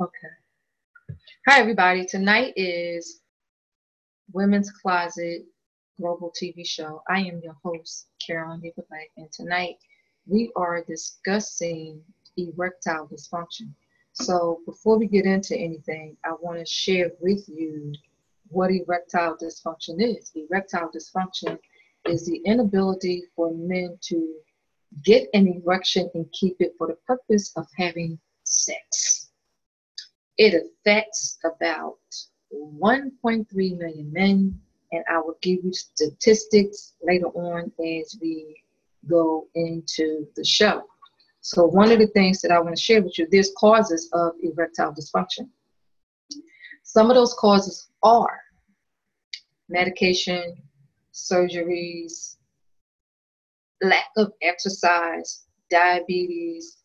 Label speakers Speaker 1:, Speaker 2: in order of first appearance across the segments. Speaker 1: Okay. Hi, everybody. Tonight is Women's Closet Global TV Show. I am your host, Carolyn Hickelback, and tonight we are discussing erectile dysfunction. So, before we get into anything, I want to share with you what erectile dysfunction is. Erectile dysfunction is the inability for men to get an erection and keep it for the purpose of having sex. It affects about 1.3 million men, and I will give you statistics later on as we go into the show. So, one of the things that I want to share with you there's causes of erectile dysfunction. Some of those causes are medication, surgeries, lack of exercise, diabetes,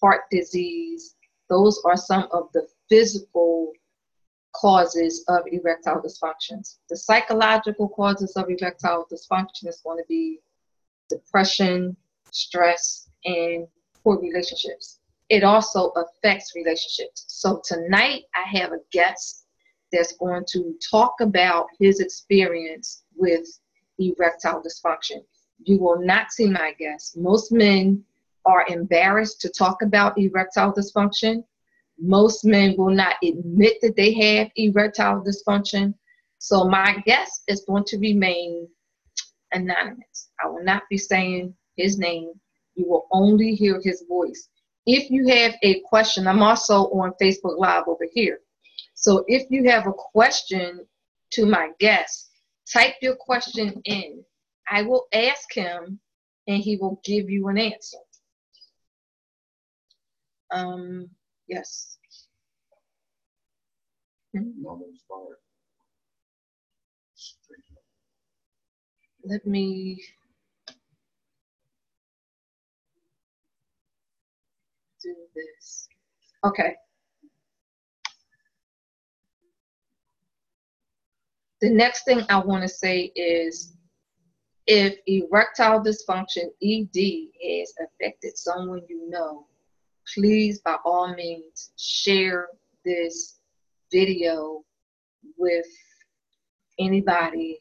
Speaker 1: heart disease. Those are some of the physical causes of erectile dysfunctions. The psychological causes of erectile dysfunction is going to be depression, stress, and poor relationships. It also affects relationships. So tonight I have a guest that's going to talk about his experience with erectile dysfunction. You will not see my guest. Most men are embarrassed to talk about erectile dysfunction. Most men will not admit that they have erectile dysfunction. So my guest is going to remain anonymous. I will not be saying his name. You will only hear his voice. If you have a question, I'm also on Facebook Live over here. So if you have a question to my guest, type your question in. I will ask him and he will give you an answer. Um, yes. Hmm, Let me do this. Okay. The next thing I want to say is if erectile dysfunction, ED, has affected someone you know, please by all means share this video with anybody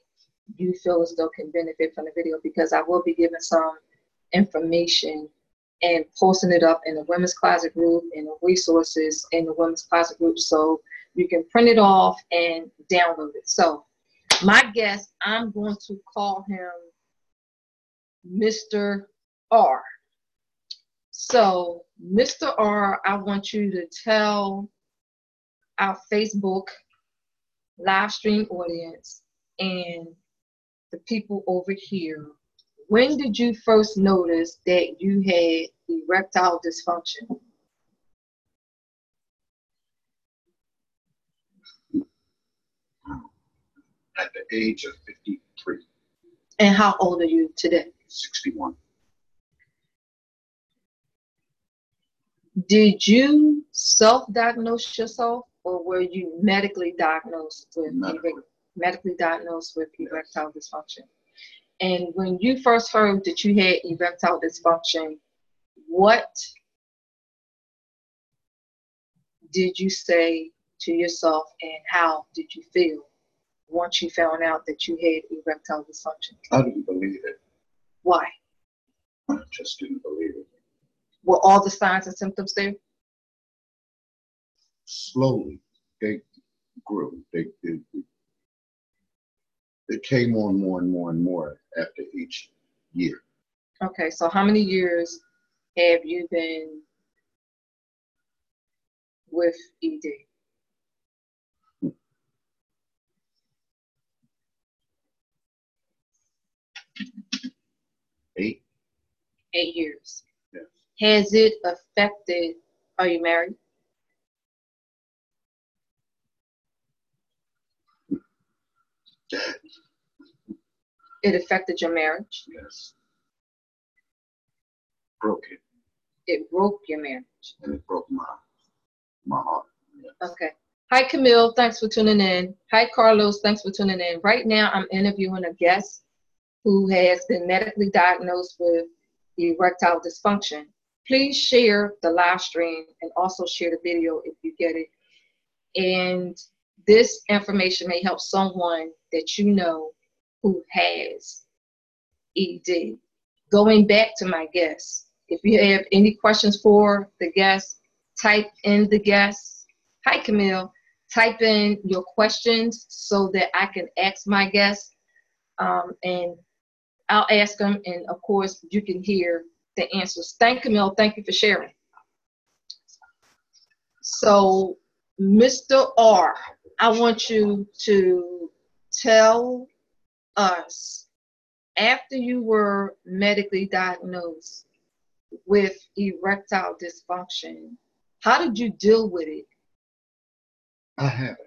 Speaker 1: you feel as though can benefit from the video because I will be giving some information and posting it up in the women's closet group and the resources in the women's closet group so you can print it off and download it. So my guest, I'm going to call him Mr. R. So, Mr. R, I want you to tell our Facebook live stream audience and the people over here when did you first notice that you had erectile dysfunction?
Speaker 2: at the age of 53,
Speaker 1: And how old are you today?
Speaker 2: 61.
Speaker 1: Did you self diagnose yourself or were you medically diagnosed with
Speaker 2: Medically.
Speaker 1: erect- medically diagnosed with erectile dysfunction? And when you first heard that you had erectile dysfunction, what did you say to yourself and how did you feel once you found out that you had erectile dysfunction?
Speaker 2: I didn't believe it.
Speaker 1: Why?
Speaker 2: I just didn't believe it.
Speaker 1: Were all the signs and symptoms there?
Speaker 2: Slowly, they grew. They, they, they, they came on more and more and more after each year.
Speaker 1: Okay, so how many years have you been with E ED?
Speaker 2: Eight?
Speaker 1: Eight years.
Speaker 2: Yes.
Speaker 1: Has it affected? Are you married? It affected your marriage.
Speaker 2: Yes. Broke it.
Speaker 1: It broke your marriage.
Speaker 2: And it broke my, my heart.
Speaker 1: Okay. Hi, Camille. Thanks for tuning in. Hi, Carlos. Thanks for tuning in. Right now, I'm interviewing a guest who has been medically diagnosed with erectile dysfunction. Please share the live stream and also share the video if you get it And this information may help someone that you know who has ED. Going back to my guests, if you have any questions for the guests, type in the guests. Hi, Camille. Type in your questions so that I can ask my guests, um, and I'll ask them. And of course, you can hear the answers. Thank Camille. Thank you for sharing. So, Mr. R, I want you to tell us after you were medically diagnosed with erectile dysfunction, how did you deal with it
Speaker 2: I haven't.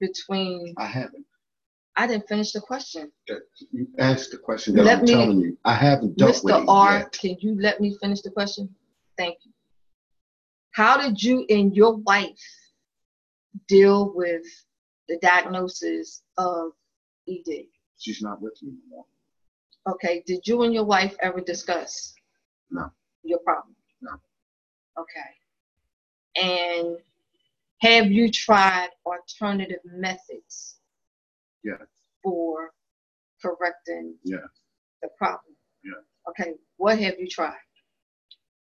Speaker 1: between?
Speaker 2: I haven't.
Speaker 1: I didn't finish the question.
Speaker 2: You asked the question that
Speaker 1: Let
Speaker 2: I'm
Speaker 1: me-
Speaker 2: telling you. I haven't dealt with
Speaker 1: Mr.
Speaker 2: it
Speaker 1: R,
Speaker 2: yet.
Speaker 1: can you let me finish the question? Thank you. How did you and your wife deal with the diagnosis of E ED?
Speaker 2: She's not with me anymore.
Speaker 1: Okay, did you and your wife ever discuss?
Speaker 2: No.
Speaker 1: Your problem?
Speaker 2: No.
Speaker 1: Okay. And have you tried alternative methods
Speaker 2: Yes.
Speaker 1: for correcting
Speaker 2: Yes.
Speaker 1: the problem?
Speaker 2: Yes.
Speaker 1: Okay, what have you tried?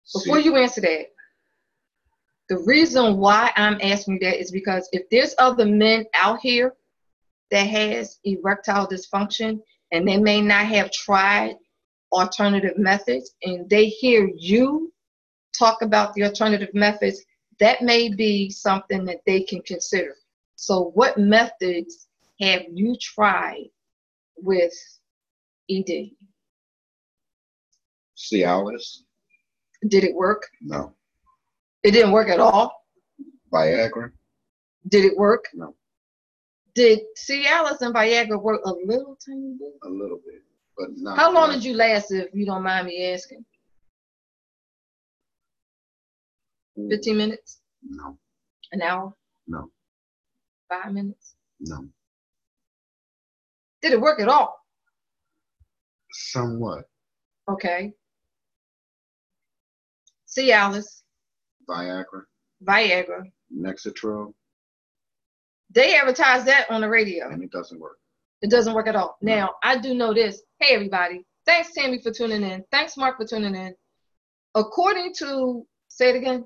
Speaker 2: See,
Speaker 1: Before you answer that, the reason why I'm asking you that is because if there's other men out here that has erectile dysfunction and they may not have tried alternative methods and they hear you talk about the alternative methods, that may be something that they can consider. So what methods have you tried with E ED?
Speaker 2: Cialis?
Speaker 1: Did it work?
Speaker 2: No.
Speaker 1: It didn't work at all.
Speaker 2: Viagra?
Speaker 1: Did it work?
Speaker 2: No.
Speaker 1: Did Cialis and Viagra work a little tiny bit?
Speaker 2: A little bit, but not.
Speaker 1: How long did you last, if you don't mind me asking?
Speaker 2: you?
Speaker 1: 15 minutes?
Speaker 2: No,
Speaker 1: An hour?
Speaker 2: no,
Speaker 1: Five minutes?
Speaker 2: no.
Speaker 1: Did it work at all?
Speaker 2: Somewhat.
Speaker 1: Okay. Cialis,
Speaker 2: Viagra,
Speaker 1: Viagra.
Speaker 2: Nexatril,
Speaker 1: They advertise that on the radio.
Speaker 2: and it doesn't work.
Speaker 1: It doesn't work at all.
Speaker 2: No.
Speaker 1: Now, I do know this. Hey, everybody. Thanks, Tammy, for tuning in. Thanks, Mark, for tuning in. According to, say it again.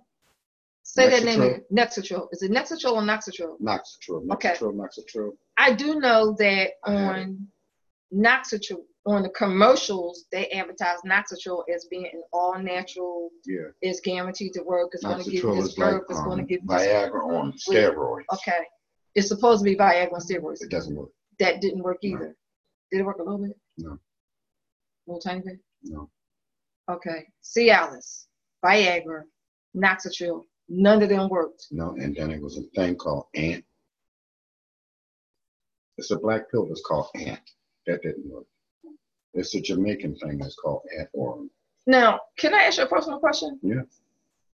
Speaker 1: Say that name again. Nexatrol. Is it Nexatrol or Noxatrol?
Speaker 2: Noxatril,
Speaker 1: Okay.
Speaker 2: Nexatril, Noxatril.
Speaker 1: I do know that
Speaker 2: I had it.
Speaker 1: on Noxatrol, on the commercials, they advertise Noxatrol as being an all natural,
Speaker 2: Yeah,
Speaker 1: is guaranteed to work, it's going to give you
Speaker 2: Noxatril
Speaker 1: this
Speaker 2: is like
Speaker 1: verb, it's going to
Speaker 2: um,
Speaker 1: give you this.
Speaker 2: Viagra on steroids.
Speaker 1: Okay. It's supposed to be Viagra and steroids.
Speaker 2: It doesn't work.
Speaker 1: That didn't work
Speaker 2: No.
Speaker 1: either. Did it work a little bit?
Speaker 2: No.
Speaker 1: Little tiny bit?
Speaker 2: No,
Speaker 1: Okay. Cialis, Viagra, Noxatril, none of them worked.
Speaker 2: no. And then it was a thing called Ant. It's a black pill that's called Ant. That didn't work. It's a Jamaican thing that's called Ant Orum.
Speaker 1: Now, can I ask you a personal question?
Speaker 2: Yeah.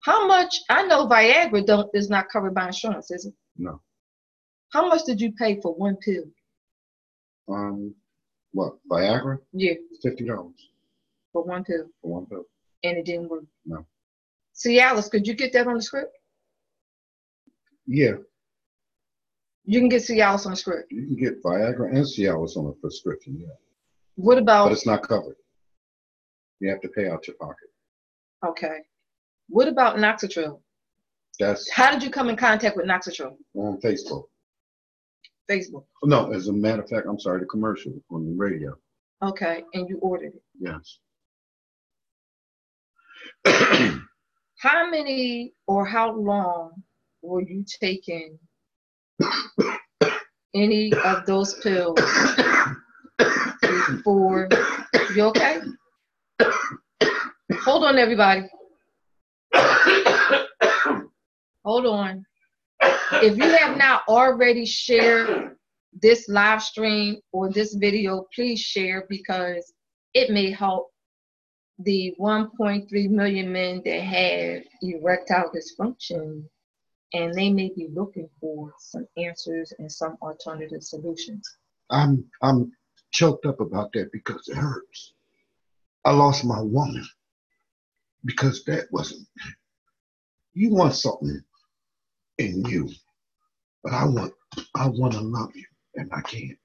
Speaker 1: How much, I know Viagra don't, is not covered by insurance, is it?
Speaker 2: No.
Speaker 1: How much did you pay for one pill?
Speaker 2: Um, what Viagra?
Speaker 1: Yeah,
Speaker 2: Fifty dollars
Speaker 1: for one pill,
Speaker 2: for one pill.
Speaker 1: and it didn't work.
Speaker 2: No.
Speaker 1: Cialis, could you get that on the script?
Speaker 2: Yeah,
Speaker 1: You can get Cialis on the script.
Speaker 2: you can get Viagra and Cialis on a prescription. Yeah,
Speaker 1: What
Speaker 2: but
Speaker 1: about
Speaker 2: it's not covered. You have to pay out your pocket.
Speaker 1: okay? What about Noxatril?
Speaker 2: That's
Speaker 1: How did you come in contact with Noxatril?
Speaker 2: on Facebook.
Speaker 1: Facebook.
Speaker 2: No, as a matter of fact, I'm sorry, the commercial on the radio.
Speaker 1: Okay, and you ordered it.
Speaker 2: Yes.
Speaker 1: How many or how long were you taking any of those pills before? You okay? Hold on, everybody. Hold on. If you have not already shared this live stream or this video, please share because it may help the 1.3 million men that have erectile dysfunction and they may be looking for some answers and some alternative solutions.
Speaker 2: I'm I'm choked up about that because it hurts. I lost my woman because that wasn't. You want something in you But I want, I want to love you, and I can't.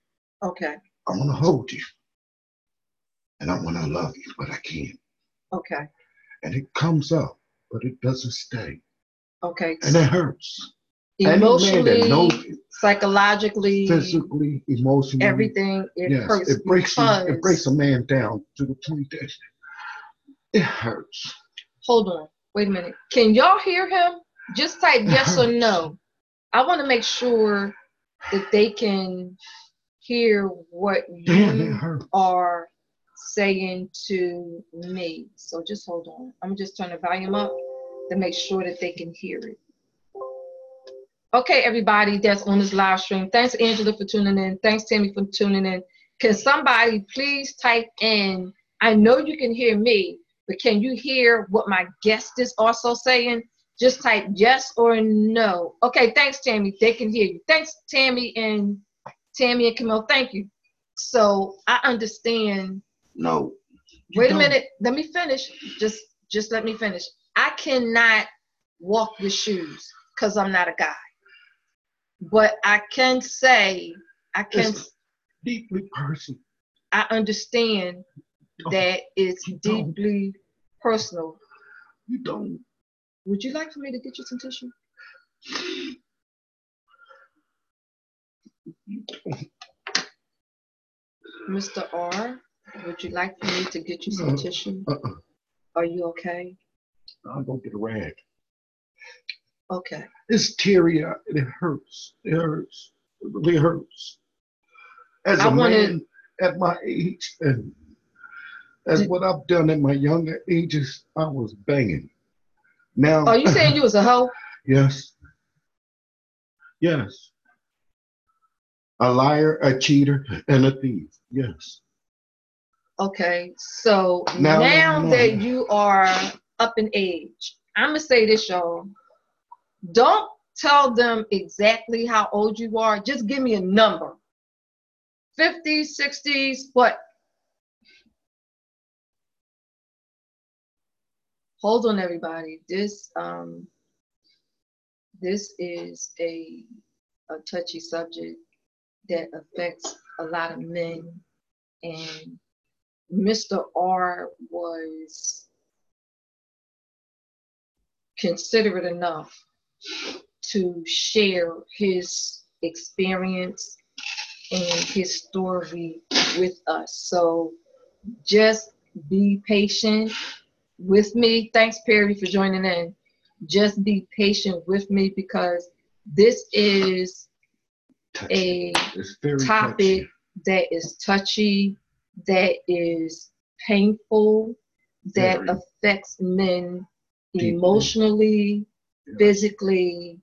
Speaker 1: Okay.
Speaker 2: I want to hold you, and I want to love you, but I can't.
Speaker 1: Okay.
Speaker 2: And it comes up, but it doesn't stay,
Speaker 1: Okay.
Speaker 2: and it hurts. Any
Speaker 1: Emotionally,
Speaker 2: man that knows you,
Speaker 1: psychologically,
Speaker 2: physically, emotionally,
Speaker 1: everything it
Speaker 2: yes,
Speaker 1: hurts
Speaker 2: it breaks. you-
Speaker 1: because
Speaker 2: it breaks a man down to the point that it hurts.
Speaker 1: hold on, wait a minute. Can y'all hear him? Just type yes or no. I want to make sure that they can hear what
Speaker 2: Damn, it
Speaker 1: you
Speaker 2: hurts.
Speaker 1: are saying to me. So just hold on. I'm just turn the volume up to make sure that they can hear it. Okay, everybody that's on this live stream. Thanks, Angela, for tuning in. Thanks, Tammy, for tuning in. Can somebody please type in? I know you can hear me, but can you hear what my guest is also saying? Just type yes or no. Okay, thanks, Tammy. They can hear you. Thanks, Tammy and Tammy and Camille. Thank you. So I understand.
Speaker 2: No. you
Speaker 1: Wait a
Speaker 2: don't.
Speaker 1: minute. Let me finish. Just just let me finish. I cannot walk with shoes because I'm not a guy. But I can say, I can
Speaker 2: It's deeply personal.
Speaker 1: I understand that it's
Speaker 2: You don't.
Speaker 1: deeply personal.
Speaker 2: You don't.
Speaker 1: Would you like for me to get you some tissue? Mr. R, would you like for me to get you some
Speaker 2: No.
Speaker 1: tissue?
Speaker 2: Uh-uh.
Speaker 1: Are you okay?
Speaker 2: I'll go get a rag.
Speaker 1: Okay.
Speaker 2: It's teary eyed. It hurts. It hurts. It really hurts. As
Speaker 1: I
Speaker 2: a
Speaker 1: wanna-
Speaker 2: man at my age and as
Speaker 1: Did-
Speaker 2: what I've done at my younger ages, I was banging. Now,
Speaker 1: Oh, you saying you was a hoe?
Speaker 2: yes, yes, a liar, a cheater, and a thief. Yes,
Speaker 1: Okay, so
Speaker 2: No, no,
Speaker 1: now
Speaker 2: no.
Speaker 1: that you are up in age, I'm gonna say this, y'all. Don't tell them exactly how old you are. Just give me a number. 50s, 60s, what? Hold on, everybody. This um, this is a a touchy subject that affects a lot of men and Mr. R was considerate enough to share his experience and his story with us. So just be patient with me. Thanks, Perry, for joining in. Just be patient with me because this is
Speaker 2: touchy.
Speaker 1: a
Speaker 2: it's very
Speaker 1: topic
Speaker 2: touchy.
Speaker 1: that is touchy, that is painful, that
Speaker 2: Very.
Speaker 1: affects men
Speaker 2: Deeply.
Speaker 1: emotionally,
Speaker 2: Yeah.
Speaker 1: physically,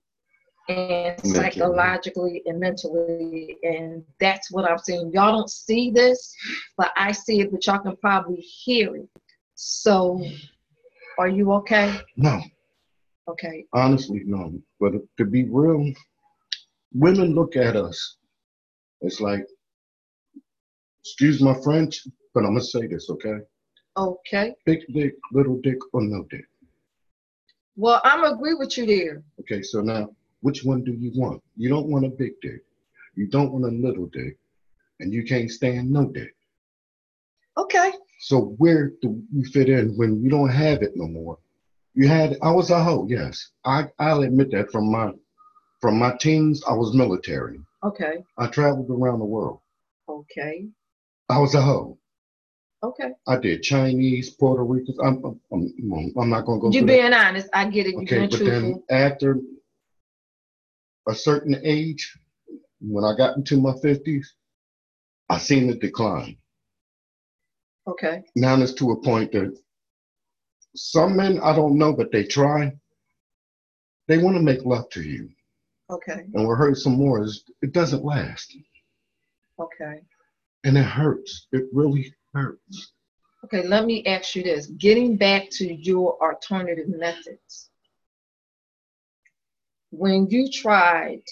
Speaker 1: and
Speaker 2: Mentally.
Speaker 1: psychologically and mentally. And that's what I'm saying. Y'all don't see this, but I see it, but y'all can probably hear it. So, are you okay?
Speaker 2: No,
Speaker 1: Okay.
Speaker 2: honestly, no. But to be real, women look at us. It's like, excuse my French, but I'm gonna say this, okay?
Speaker 1: Okay.
Speaker 2: Big dick, little dick, or no dick.
Speaker 1: Well, I'm agree with you there.
Speaker 2: Okay, so now, which one do you want? You don't want a big dick. You don't want a little dick, and you can't stand no dick.
Speaker 1: Okay.
Speaker 2: So where do you fit in when you don't have it no more? You had I was a hoe, yes. I I'll admit that from my from my teens I was military.
Speaker 1: Okay.
Speaker 2: I traveled around the world.
Speaker 1: Okay.
Speaker 2: I was a hoe.
Speaker 1: Okay.
Speaker 2: I did Chinese, Puerto Ricans. I'm I'm, I'm, I'm not gonna go.
Speaker 1: You
Speaker 2: through
Speaker 1: being honest, I get it.
Speaker 2: that.
Speaker 1: You
Speaker 2: okay,
Speaker 1: being
Speaker 2: but
Speaker 1: truthful.
Speaker 2: then after a certain age, when I got into my fifties, I seen the decline.
Speaker 1: okay.
Speaker 2: Now it's to a point that some men I don't know, but they try. They want to make love to you,
Speaker 1: Okay.
Speaker 2: and what hurts some more is it doesn't last,
Speaker 1: Okay.
Speaker 2: and it hurts. It really hurts.
Speaker 1: Okay. Let me ask you this: Getting back to your alternative methods, when you tried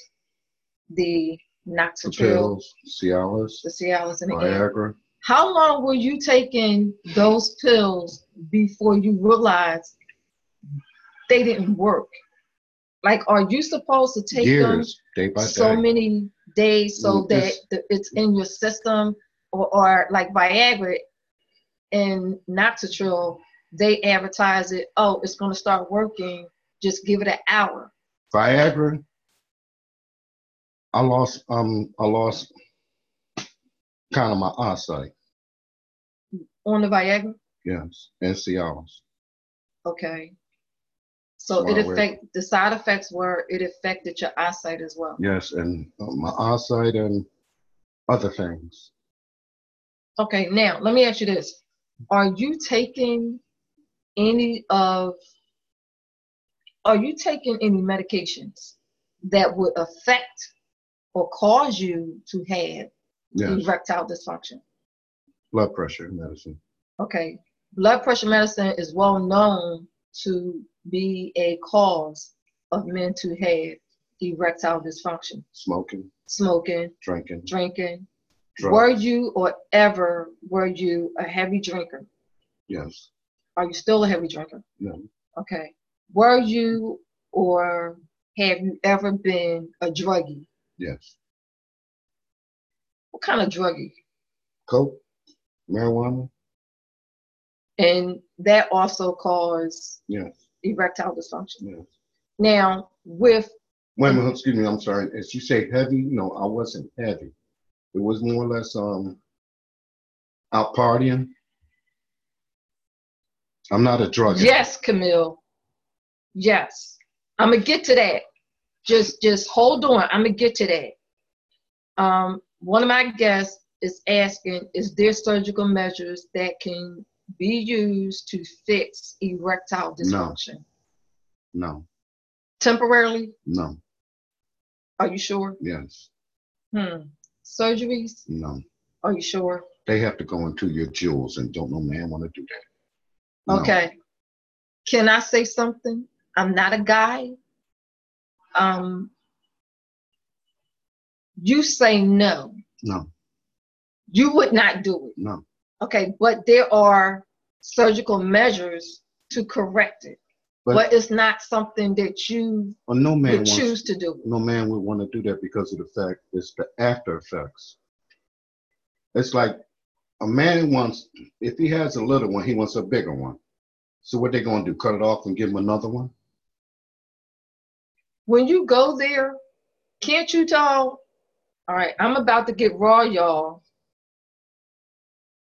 Speaker 1: the
Speaker 2: The
Speaker 1: Noxatril,
Speaker 2: pills, Cialis,
Speaker 1: the Cialis, and the Air,
Speaker 2: Viagra.
Speaker 1: how long were you taking those pills before you realized they didn't work? Like, are you supposed to take them
Speaker 2: years, day by
Speaker 1: so
Speaker 2: day.
Speaker 1: many days so
Speaker 2: Mm,
Speaker 1: that
Speaker 2: it's-
Speaker 1: the, it's in your system or, or like Viagra and Noxatril, they advertise it, oh, it's going to start working. Just give it an hour.
Speaker 2: Viagra. I lost um I lost kind of my eyesight.
Speaker 1: On the Viagra?
Speaker 2: Yes, and Cialis.
Speaker 1: Okay. So
Speaker 2: Wow,
Speaker 1: it
Speaker 2: where-
Speaker 1: affect the side effects were it affected your eyesight as well.
Speaker 2: Yes, and uh, my eyesight and other things.
Speaker 1: Okay, now let me ask you this. Are you taking any of, are you taking any medications that would affect or cause you to have Mm-hmm.
Speaker 2: Yes,
Speaker 1: erectile dysfunction?
Speaker 2: blood pressure medicine.
Speaker 1: Okay, blood pressure medicine is well known to be a cause of men to have erectile dysfunction.
Speaker 2: smoking,
Speaker 1: Smoking,
Speaker 2: drinking,
Speaker 1: drinking.
Speaker 2: drugs.
Speaker 1: Were you or ever were you a heavy drinker?
Speaker 2: Yes,
Speaker 1: Are you still a heavy drinker?
Speaker 2: No.
Speaker 1: Okay. Were you or have you ever been a druggie?
Speaker 2: yes.
Speaker 1: What kind of druggie?
Speaker 2: Coke, marijuana.
Speaker 1: And that also caused
Speaker 2: Yes,
Speaker 1: erectile dysfunction.
Speaker 2: yes.
Speaker 1: Now, with
Speaker 2: Wait a minute, excuse me. I'm sorry. As you say, heavy. No, I wasn't heavy. It was more or less um out partying. I'm not a drug. addict.
Speaker 1: yes, Camille, yes, I'm gonna get to that. Just, just hold on. I'm gonna get to that. Um, one of my guests is asking, is there surgical measures that can be used to fix erectile dysfunction?
Speaker 2: No.
Speaker 1: Temporarily?
Speaker 2: No.
Speaker 1: Are you sure?
Speaker 2: Yes.
Speaker 1: Hmm. Surgeries?
Speaker 2: No.
Speaker 1: Are you sure?
Speaker 2: They have to go into your jewels, and don't no man want to do that. No.
Speaker 1: Okay. Can I say something? I'm not a guy. Um, you say no.
Speaker 2: No.
Speaker 1: You would not do it.
Speaker 2: No.
Speaker 1: Okay, but there are surgical measures to correct it. But,
Speaker 2: But-
Speaker 1: it's not something that you
Speaker 2: Well, no man
Speaker 1: would
Speaker 2: wants.
Speaker 1: choose to do.
Speaker 2: no man would want to do that because of the fact it's the after effects. It's like a man wants, if he has a little one, he wants a bigger one. So what they gonna do? Cut it off and give him another one?
Speaker 1: when you go there, can't you tell? All right, I'm about to get raw, y'all.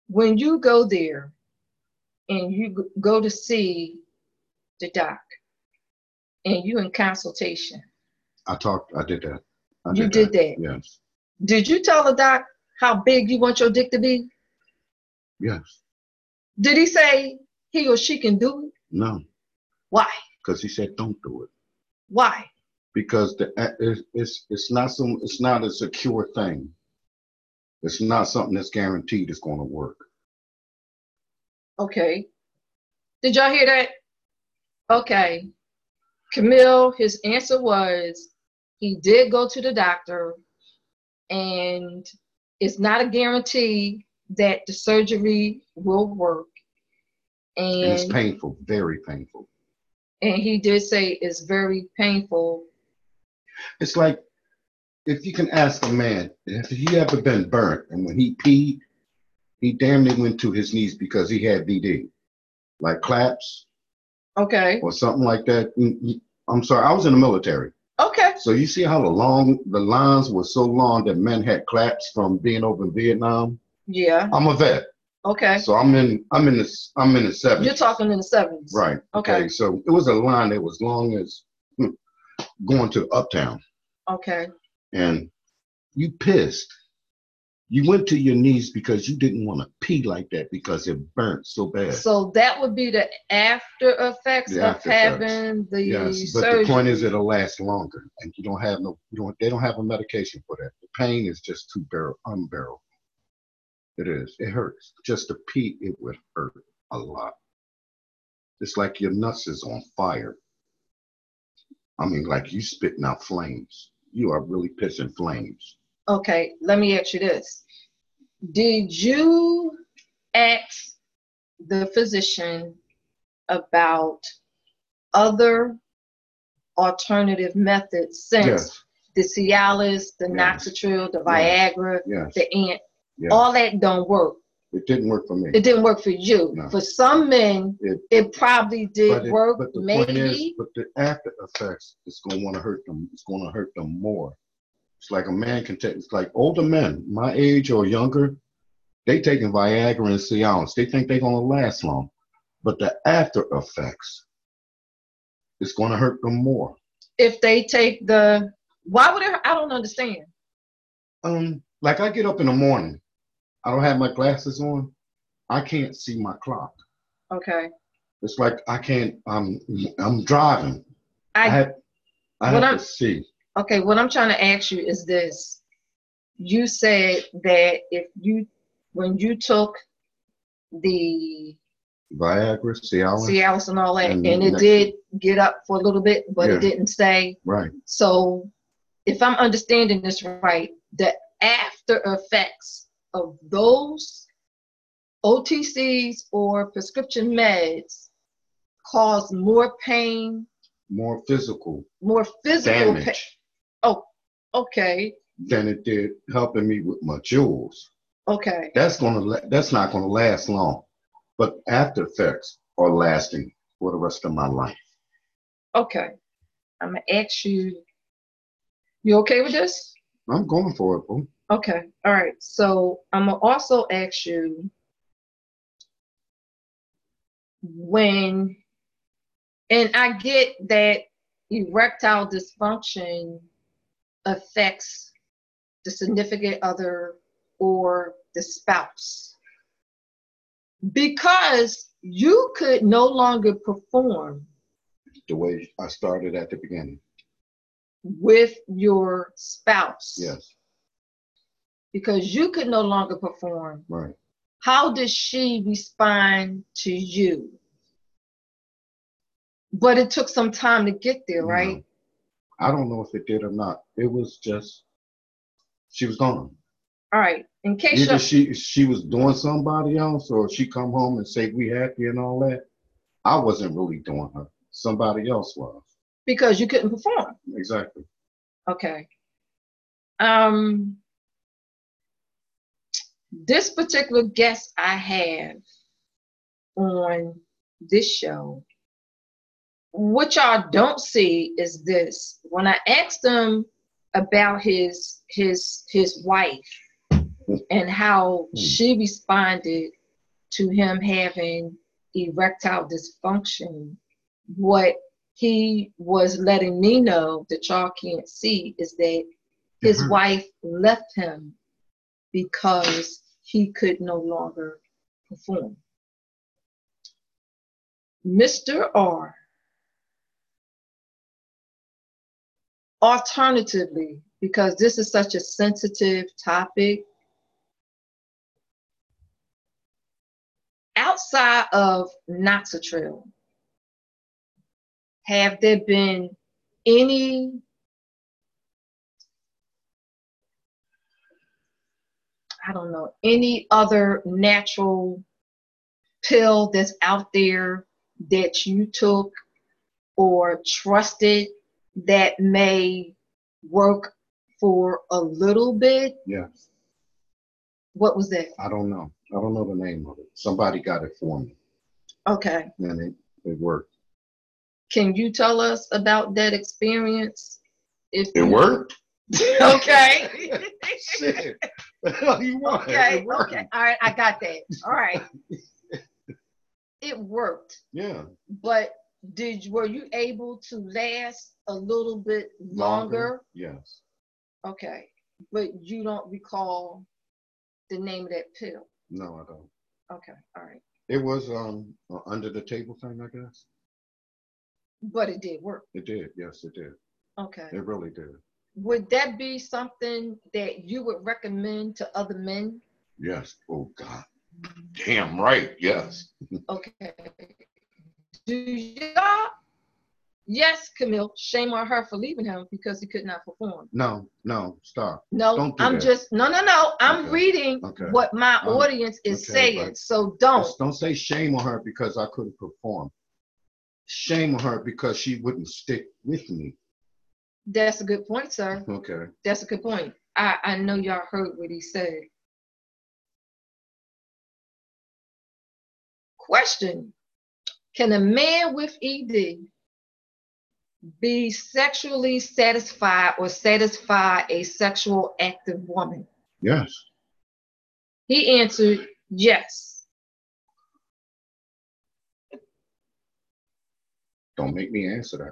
Speaker 1: When you go there and you g- go to see the doc and you in consultation,
Speaker 2: I talked. I did that. I
Speaker 1: you did that.
Speaker 2: Yes.
Speaker 1: Did you tell the doc how big you want your dick to be?
Speaker 2: Yes.
Speaker 1: Did he say he or she can do it?
Speaker 2: No.
Speaker 1: Why?
Speaker 2: Because he said don't do it
Speaker 1: Why?
Speaker 2: because the a- it's it's, it's not some it's not a secure thing. It's not something that's guaranteed it's gonna work.
Speaker 1: Okay. Did y'all hear that? Okay. Camille, his answer was he did go to the doctor, and it's not a guarantee that the surgery will work.
Speaker 2: And it's
Speaker 1: And,
Speaker 2: painful, very painful.
Speaker 1: and he did say it's very painful.
Speaker 2: It's like if you can ask a man if he ever been burnt, and when he peed, he damn near went to his knees because he had VD, like claps
Speaker 1: Okay.
Speaker 2: or something like that. Mm, mm. I'm sorry, I was in the military,
Speaker 1: Okay.
Speaker 2: so you see how the long the lines were so long that men had claps from being over in Vietnam.
Speaker 1: Yeah.
Speaker 2: I'm a vet,
Speaker 1: Okay.
Speaker 2: so I'm in I'm in the I'm in the 70s
Speaker 1: You're talking in the 70s.
Speaker 2: Right.
Speaker 1: Okay.
Speaker 2: So it was a line that was long as hmm, going to uptown.
Speaker 1: Okay.
Speaker 2: and you pissed. You went to your knees because you didn't want to pee like that because it burnt so bad.
Speaker 1: So that would be the after effects
Speaker 2: The
Speaker 1: of
Speaker 2: after effects.
Speaker 1: having the
Speaker 2: yes, but
Speaker 1: surgery.
Speaker 2: the point is it'll last longer, and you don't have no. You don't. They don't have a medication for that. The pain is just too bear, unbearable. It is. It hurts. Just to pee, it would hurt a lot. It's like your nuts is on fire. I mean, like you spitting out flames. You are really pissing flames.
Speaker 1: Okay, let me ask you this. Did you ask the physician about other alternative methods since
Speaker 2: Yes,
Speaker 1: the Cialis, the
Speaker 2: Yes.
Speaker 1: Noxatril, the
Speaker 2: Yes.
Speaker 1: Viagra,
Speaker 2: yes.
Speaker 1: the Ant.
Speaker 2: Yes.
Speaker 1: All that don't work.
Speaker 2: It didn't work for me.
Speaker 1: It didn't work for you.
Speaker 2: No.
Speaker 1: For some men,
Speaker 2: It-
Speaker 1: it, probably did
Speaker 2: But it-
Speaker 1: work,
Speaker 2: but the point
Speaker 1: maybe.
Speaker 2: is, But the after effects is gonna wanna hurt them, it's gonna hurt them more. It's like a man can take, it's like older men, my age or younger, they taking Viagra and Cialis, they think they gonna last long. But the after effects, it's gonna hurt them more.
Speaker 1: if they take the, why would it, I don't understand.
Speaker 2: Um, like I get up in the morning, I don't have my glasses on, I can't see my clock.
Speaker 1: Okay.
Speaker 2: It's like I can't, I'm, I'm driving, I
Speaker 1: I,
Speaker 2: have, I
Speaker 1: What
Speaker 2: have
Speaker 1: I'm-
Speaker 2: to see,
Speaker 1: okay, what I'm trying to ask you is this. You said that if you, when you took the
Speaker 2: Viagra, Cialis.
Speaker 1: Cialis and all that,
Speaker 2: And
Speaker 1: and it
Speaker 2: next-
Speaker 1: did get up for a little bit, but it
Speaker 2: Yeah.
Speaker 1: didn't stay.
Speaker 2: Right.
Speaker 1: So, if I'm understanding this right, the after effects of those OTCs or prescription meds cause more pain,
Speaker 2: More physical
Speaker 1: more physical pain.
Speaker 2: damage
Speaker 1: Okay,
Speaker 2: than it did helping me with my jewels.
Speaker 1: okay,
Speaker 2: That's gonna la- that's not gonna last long. But after effects are lasting for the rest of my life.
Speaker 1: okay. I'm gonna ask you. You okay with this?
Speaker 2: I'm going for it, boo.
Speaker 1: Okay, all right. So I'm gonna also ask you when, and I get that erectile dysfunction affects the significant other or the spouse because you could no longer perform
Speaker 2: The way I started at the beginning.
Speaker 1: with your spouse
Speaker 2: Yes.
Speaker 1: because you could no longer perform
Speaker 2: Right.
Speaker 1: how does she respond to you? But it took some time to get there, right?
Speaker 2: No. I don't know if it did or not. It was just she was gone.
Speaker 1: All right. In case
Speaker 2: Either
Speaker 1: you're,
Speaker 2: she she was doing somebody else or she come home and say we happy and all that. I wasn't really doing her. Somebody else was.
Speaker 1: because you couldn't perform.
Speaker 2: Exactly.
Speaker 1: Okay. Um, this particular guest I have on this show, what y'all don't see is this. When I asked him about his his his wife and how
Speaker 2: Hmm.
Speaker 1: she responded to him having erectile dysfunction, what he was letting me know that y'all can't see is that his
Speaker 2: Mhm.
Speaker 1: wife left him because he could no longer perform. Mr. R. Alternatively, because this is such a sensitive topic, outside of Noxatril, have there been any I don't know, any other natural pill that's out there that you took or trusted that may work for a little bit?
Speaker 2: Yeah.
Speaker 1: What was that?
Speaker 2: I don't know. I don't know the name of it. Somebody got it for me,
Speaker 1: Okay.
Speaker 2: and it, it worked.
Speaker 1: Can you tell us about that experience? If
Speaker 2: worked.
Speaker 1: Okay.
Speaker 2: Shit. What the hell you want?
Speaker 1: okay.
Speaker 2: It worked.
Speaker 1: Okay. All right. I got that. All right. It worked.
Speaker 2: Yeah.
Speaker 1: but did were you able to last a little bit longer?
Speaker 2: Yes.
Speaker 1: Okay, but you don't recall the name of that pill.
Speaker 2: No, I don't.
Speaker 1: Okay, all right,
Speaker 2: It was um a under the table thing, I guess.
Speaker 1: but it did work.
Speaker 2: It did. Yes, it did.
Speaker 1: Okay,
Speaker 2: It really did.
Speaker 1: would that be something that you would recommend to other men?
Speaker 2: Yes. Oh God. Damn right. Yes.
Speaker 1: Okay, do y'all? Yes, Camille. Shame on her for leaving him because he could not perform.
Speaker 2: No. No. Stop.
Speaker 1: No,
Speaker 2: Don't do
Speaker 1: I'm
Speaker 2: that.
Speaker 1: just no, no, no. I'm
Speaker 2: Okay.
Speaker 1: reading
Speaker 2: Okay.
Speaker 1: what my
Speaker 2: Oh,
Speaker 1: audience is
Speaker 2: okay,
Speaker 1: saying,
Speaker 2: but-
Speaker 1: so don't.
Speaker 2: Just don't say shame on her because I couldn't perform. Shame on her because she wouldn't stick with me.
Speaker 1: That's a good point, sir.
Speaker 2: Okay.
Speaker 1: That's a good point. I, I know y'all heard what he said. Question Can a man with ED be sexually satisfied or satisfy a sexual active woman?
Speaker 2: Yes.
Speaker 1: He answered, Yes.
Speaker 2: Don't make me answer that.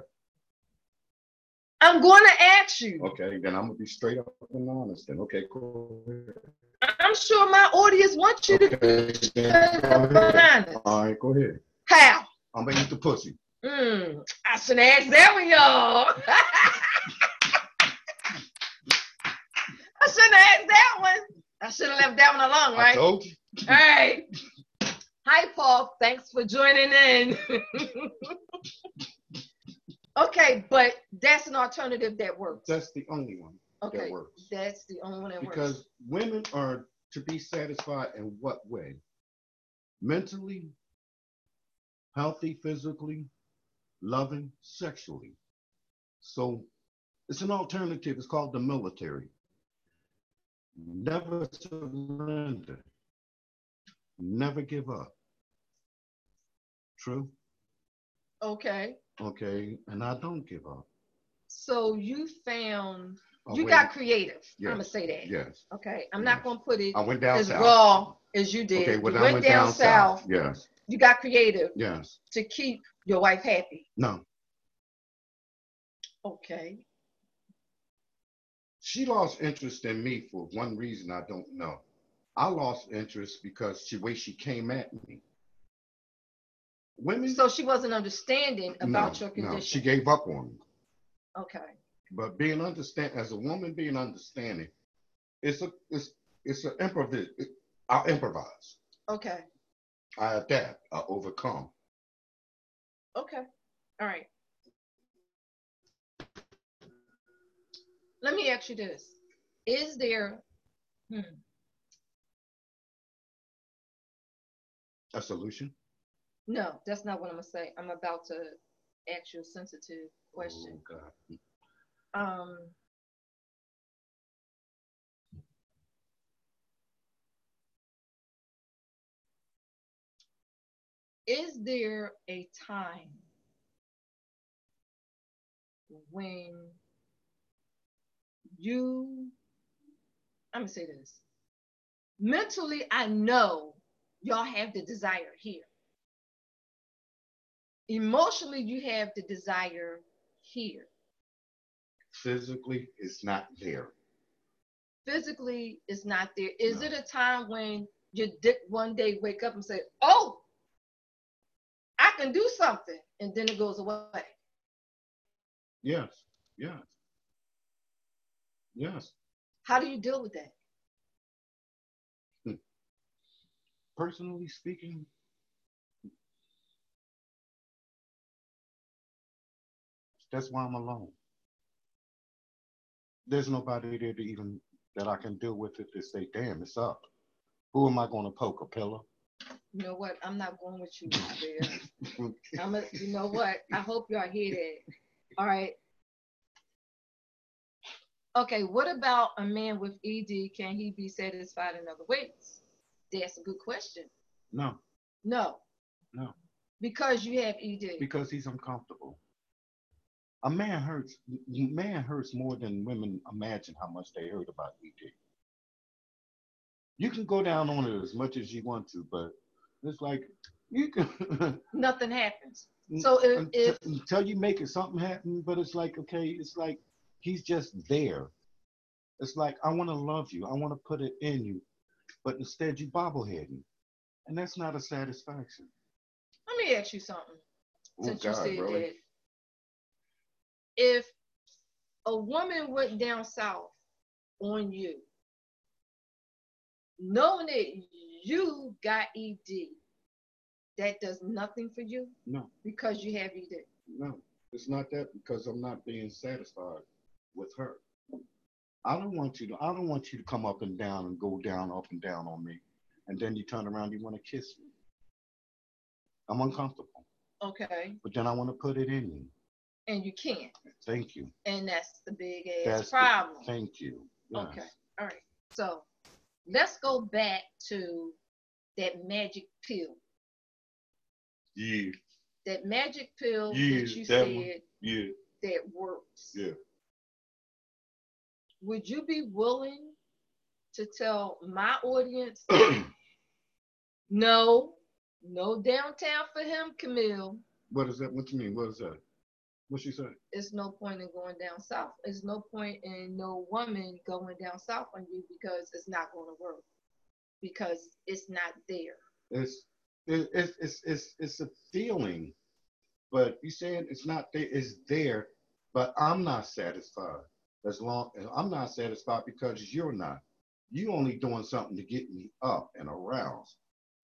Speaker 1: I'm going to ask you.
Speaker 2: Okay. Then I'm gonna be straight up and honest. Then okay, cool.
Speaker 1: I'm sure my audience wants you to be
Speaker 2: Okay, then
Speaker 1: straight up
Speaker 2: go
Speaker 1: and
Speaker 2: ahead.
Speaker 1: honest.
Speaker 2: All right, go ahead.
Speaker 1: How?
Speaker 2: I'm gonna eat the pussy.
Speaker 1: Mm, I should ask that one, y'all. I shouldn't have asked that one. I should have left that one alone,
Speaker 2: I
Speaker 1: right? All
Speaker 2: told you.
Speaker 1: right. Hi, Paul. Thanks for joining in. okay, but that's an alternative that works.
Speaker 2: That's the only one that
Speaker 1: okay,
Speaker 2: works.
Speaker 1: that's the only one that works.
Speaker 2: Because women are to be satisfied in what way? Mentally, healthy, physically, loving, sexually. So it's an alternative. It's called the military. Never surrender. Never give up. True?
Speaker 1: Okay,
Speaker 2: Okay. And I don't give up.
Speaker 1: so you found
Speaker 2: I
Speaker 1: you
Speaker 2: went-
Speaker 1: got creative.
Speaker 2: Yes,
Speaker 1: I'm gonna say that.
Speaker 2: Yes.
Speaker 1: Okay, I'm not
Speaker 2: yes.
Speaker 1: gonna put it
Speaker 2: I went down
Speaker 1: as
Speaker 2: south.
Speaker 1: raw as you did.
Speaker 2: Okay,
Speaker 1: you
Speaker 2: when I
Speaker 1: went, down, south.
Speaker 2: Yes.
Speaker 1: You got creative
Speaker 2: Yes.
Speaker 1: to keep your wife happy.
Speaker 2: No.
Speaker 1: Okay.
Speaker 2: she lost interest in me for one reason I don't know. I lost interest because the way she came at me. Women
Speaker 1: So she wasn't understanding about
Speaker 2: no,
Speaker 1: your
Speaker 2: no, she
Speaker 1: condition.
Speaker 2: gave up on me.
Speaker 1: okay.
Speaker 2: But being understand as a woman being understanding, it's a it's it's an improvis. I improvise.
Speaker 1: Okay.
Speaker 2: I adapt. I overcome.
Speaker 1: Okay. All right. Let me ask you this. Is there hmm,
Speaker 2: A solution.
Speaker 1: no, that's not what I'm gonna say. I'm about to ask you a sensitive question.
Speaker 2: Oh, God.
Speaker 1: um, is there a time when you i'm gonna say this mentally i know y'all have the desire here emotionally you have the desire here
Speaker 2: Physically, it's not there.
Speaker 1: physically it's not there. Is
Speaker 2: No.
Speaker 1: it a time when you did one day wake up and say, "Oh, I can do something," and then it goes away?
Speaker 2: Yes. Yes. Yes.
Speaker 1: How do you deal with that?
Speaker 2: personally speaking, that's why I'm alone. There's nobody there to even that I can deal with it to say, damn, it's up. Who am I going to poke a pillow?
Speaker 1: You know what? I'm not going with you there. I'm a, you know what? I hope y'all hear that. All right. Okay, what about a man with ED? Can he be satisfied in other ways? That's a good question.
Speaker 2: No,
Speaker 1: No.
Speaker 2: No.
Speaker 1: Because you have E ED.
Speaker 2: because he's uncomfortable. A man hurts. Man hurts more than women imagine how much they hurt about ED. You can go down on it as much as you want to, but it's like you can.
Speaker 1: Nothing happens.
Speaker 2: Mm,
Speaker 1: So if,
Speaker 2: until,
Speaker 1: if
Speaker 2: until you make it something happen, but it's like okay, it's like he's just there. It's like I want to love you, I want to put it in you, but instead you bobbleheading, and that's not a satisfaction.
Speaker 1: Let me ask you something.
Speaker 2: Oh,
Speaker 1: Since
Speaker 2: God,
Speaker 1: you said
Speaker 2: really?
Speaker 1: that, if a woman went down south on you, knowing that you got ED, that does nothing for you
Speaker 2: No,
Speaker 1: because you have E ED.
Speaker 2: no, it's not that because I'm not being satisfied with her. I don't want you to. I don't want you to come up and down and go down up and down on me, and then you turn around you want to kiss me. I'm uncomfortable.
Speaker 1: Okay.
Speaker 2: But then I want to put it in you.
Speaker 1: And you can't.
Speaker 2: Thank you.
Speaker 1: And that's the big ass
Speaker 2: That's the-
Speaker 1: problem.
Speaker 2: Thank you. Yes.
Speaker 1: Okay. All right. So let's go back to that magic pill.
Speaker 2: Yeah.
Speaker 1: That magic pill
Speaker 2: Yeah,
Speaker 1: that you
Speaker 2: that
Speaker 1: said
Speaker 2: one. Yeah.
Speaker 1: that works.
Speaker 2: Yeah.
Speaker 1: Would you be willing to tell my audience no, no downtown for him, Camille?
Speaker 2: what is that? What you mean? What is that? What she said?
Speaker 1: It's no point in going down south. It's no point in no woman going down south on you because it's not going to work. Because it's not there.
Speaker 2: It's it, it's it's it's it's a feeling, but you saying it's not there. It's there, but I'm not satisfied. As long as I'm not satisfied because you're not. You only doing something to get me up and aroused.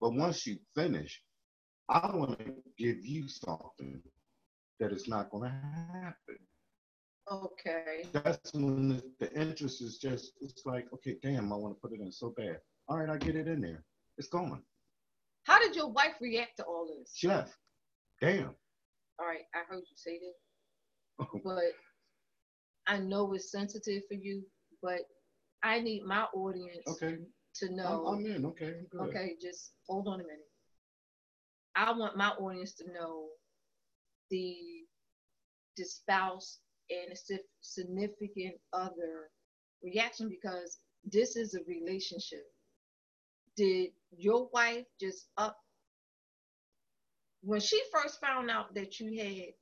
Speaker 2: But once you finish, I want to give you something that is not going to happen.
Speaker 1: Okay.
Speaker 2: that's when the, the interest is just it's like okay damn i want to put it in so bad all right i get it in there it's going
Speaker 1: How did your wife react to all this?
Speaker 2: chef damn
Speaker 1: all right, I heard you say that, but I know it's sensitive for you, but I need my audience
Speaker 2: okay
Speaker 1: to
Speaker 2: I'm,
Speaker 1: know.
Speaker 2: I'm in okay I'm good.
Speaker 1: okay, just hold on a minute. I want my audience to know the the spouse and the si- significant other reaction because this is a relationship. Did your wife just up when she first found out that you had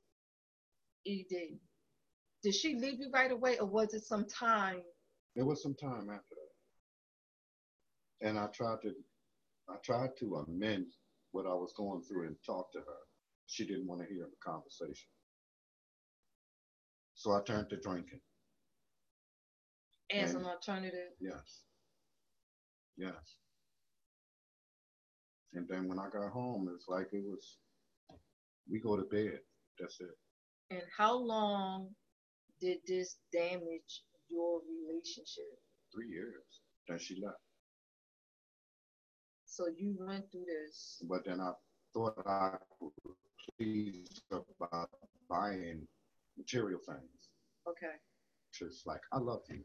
Speaker 1: ED? Did she leave you right away, or was it some time?
Speaker 2: there was some time after that and i tried to i tried to amend what i was going through and talk to her she didn't want to hear the conversation so i turned to drinking
Speaker 1: as an
Speaker 2: Mhm.
Speaker 1: alternative.
Speaker 2: Yes. Yes. And then when I got home, it's like it was, we go to bed. That's it.
Speaker 1: And how long did this damage your relationship?
Speaker 2: Three years. Then she left.
Speaker 1: So you went through this.
Speaker 2: But then I thought I was pleased about buying material things.
Speaker 1: Okay.
Speaker 2: Just like, I love you.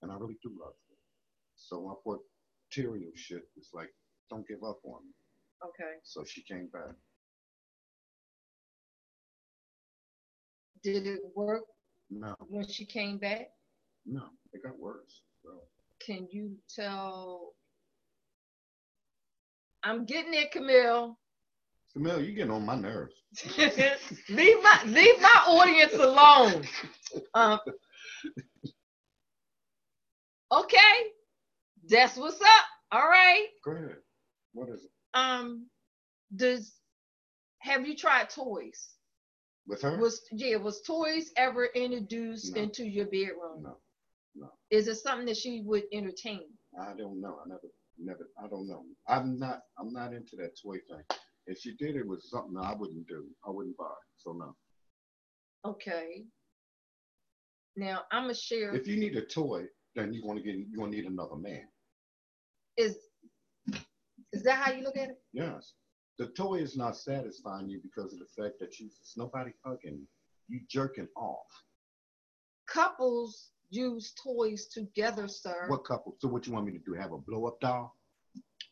Speaker 2: And I really do love you. So I put material shit. It's like, don't give up on me.
Speaker 1: Okay.
Speaker 2: So she came back.
Speaker 1: Did it work
Speaker 2: No,
Speaker 1: when she came back?
Speaker 2: no, it got worse. So.
Speaker 1: Can you tell? I'm getting there, Camille.
Speaker 2: Camille, you're getting on my nerves.
Speaker 1: leave my leave my audience alone. Um, okay, that's what's up. All right.
Speaker 2: Go ahead. What is it?
Speaker 1: Um, does have you tried toys?
Speaker 2: With her?
Speaker 1: Was yeah, was toys ever introduced
Speaker 2: No.
Speaker 1: into your bedroom?
Speaker 2: no,
Speaker 1: Is it something that she would entertain?
Speaker 2: I don't know. I never, never. I don't know. I'm not. I'm not into that toy thing. If she did, it was something I wouldn't do. I wouldn't buy. So no.
Speaker 1: Okay. Now I'm gonna share
Speaker 2: If you need a toy, then you're gonna get. You're gonna need another man.
Speaker 1: is is that how you look at it?
Speaker 2: Yes. The toy is not satisfying you because of the fact that you. It's nobody hugging you. You jerking off.
Speaker 1: Couples use toys together, sir.
Speaker 2: What couple? So what you want me to do? Have a blow up doll?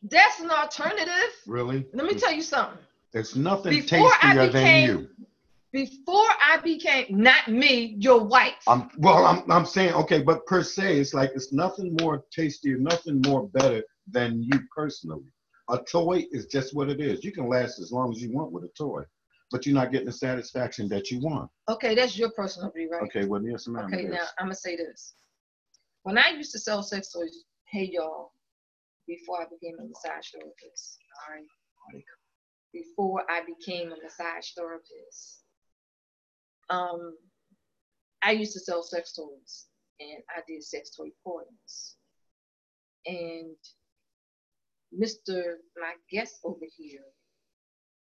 Speaker 1: That's an alternative.
Speaker 2: Really?
Speaker 1: Let me tell you something.
Speaker 2: There's nothing
Speaker 1: Before I
Speaker 2: tastier
Speaker 1: became-
Speaker 2: than you.
Speaker 1: Before I became not me, your wife.
Speaker 2: I'm well. I'm I'm saying okay, but per se, it's like it's nothing more tastier, nothing more better than you personally. A toy is just what it is. You can last as long as you want with a toy, but you're not getting the satisfaction that you want.
Speaker 1: okay, that's your personal view, right?
Speaker 2: Okay, well, yes, ma'am.
Speaker 1: Okay,
Speaker 2: it
Speaker 1: now
Speaker 2: is.
Speaker 1: I'm gonna say this. When I used to sell sex toys, hey y'all, before I became a massage therapist, all right, before I became a massage therapist, um, I used to sell sex toys and I did sex toy parties. And Mr. My guest over here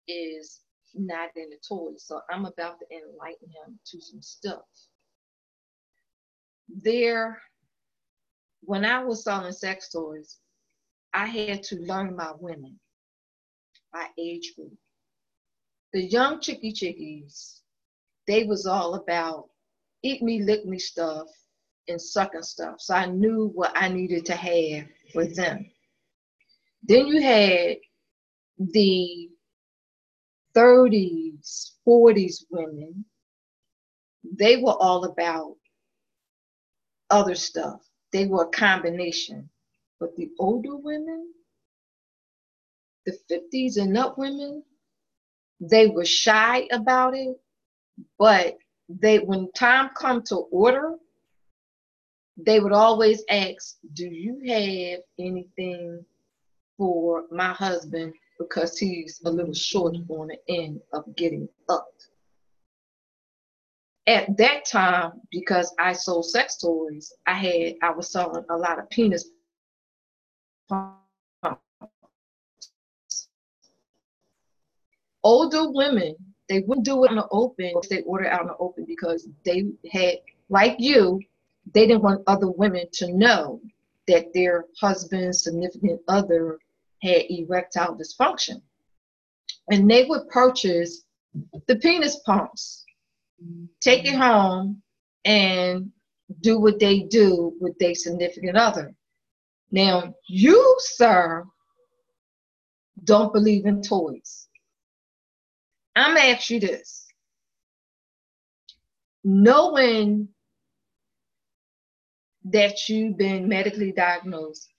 Speaker 1: is not in the toys, so I'm about to enlighten him to some stuff there when I was selling sex toys, I had to learn my women by age group. the young chicky chickies, they was all about eat me, lick me stuff and sucking stuff. So I knew what I needed to have with them. Then you had the 30s, 40s women. They were all about other stuff. They were a combination. But the older women, the 50s and up women, they were shy about it, but they when time come to order, they would always ask, "Do you have anything for my husband because he's a little short on the end of getting up?" At that time, because I sold sex toys, I had I was selling a lot of penis older women, they wouldn't do it in the open. They order out in the open because they had, like you, they didn't want other women to know that their husband, significant other had erectile dysfunction. And they would purchase the penis pumps, take it home, and do what they do with their significant other. Now, you, sir, don't believe in toys. I'm gonna ask you this. Knowing that you've been medically diagnosed,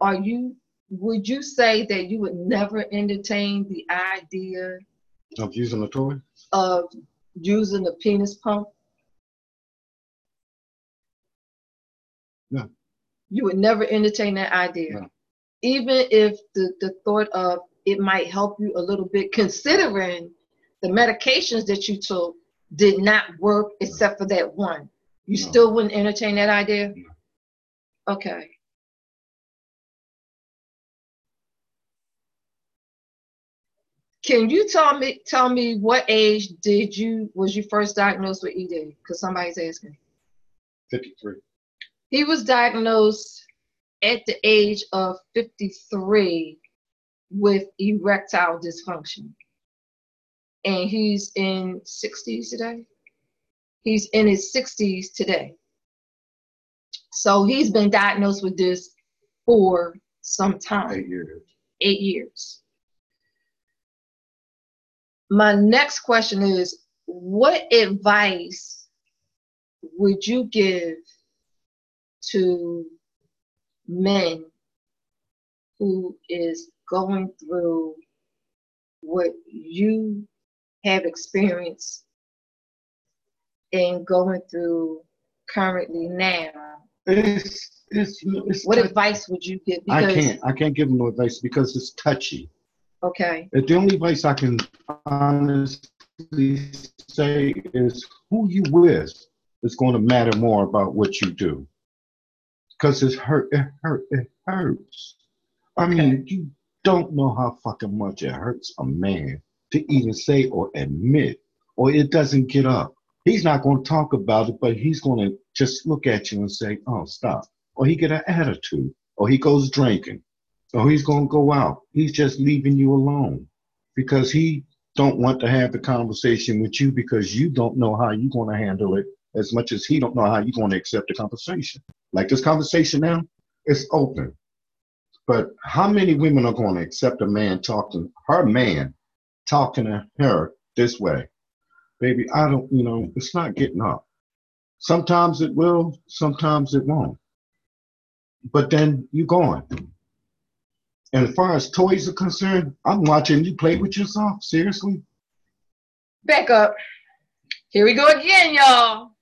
Speaker 1: are you would you say that you would never entertain the idea
Speaker 2: Of using a toy?
Speaker 1: of using a penis pump?
Speaker 2: No.
Speaker 1: You would never entertain that idea.
Speaker 2: No.
Speaker 1: Even if the, the thought of it might help you a little bit, considering the medications that you took did not work except for that one. You
Speaker 2: No.
Speaker 1: still wouldn't entertain that idea?
Speaker 2: No.
Speaker 1: Okay. Can you tell me tell me what age did you was you first diagnosed with ED? Because somebody's asking.
Speaker 2: 53.
Speaker 1: He was diagnosed at the age of 53 with erectile dysfunction. And he's in 60s today. He's in his 60s today. So he's been diagnosed with this for some time,
Speaker 2: Eight years.
Speaker 1: eight years. My next question is what advice would you give to men who is going through what you have experienced and going through currently now
Speaker 2: It's, it's, it's
Speaker 1: what
Speaker 2: touchy.
Speaker 1: advice would you give
Speaker 2: I can't. I can't give them no advice because it's touchy.
Speaker 1: okay
Speaker 2: The only advice I can honestly say is who you with is going to matter more about what you do. Because it's hurt. It hurt. It hurts. I mean, you don't know how fucking much it hurts a man to even say or admit, or it doesn't get up. He's not going to talk about it, but he's going to just look at you and say, "Oh, stop." Or he get an attitude, or he goes drinking, or he's going to go out. He's just leaving you alone because he don't want to have the conversation with you because you don't know how you're going to handle it as much as he don't know how you're going to accept the conversation. Like this conversation now, it's open. But how many women are going to accept a man talking, her man talking to her this way? Baby, I don't, you know, it's not getting up. Sometimes it will, sometimes it won't. But then you're going. And as far as toys are concerned, I'm watching you play with yourself. Seriously?
Speaker 1: back up here we go again y'all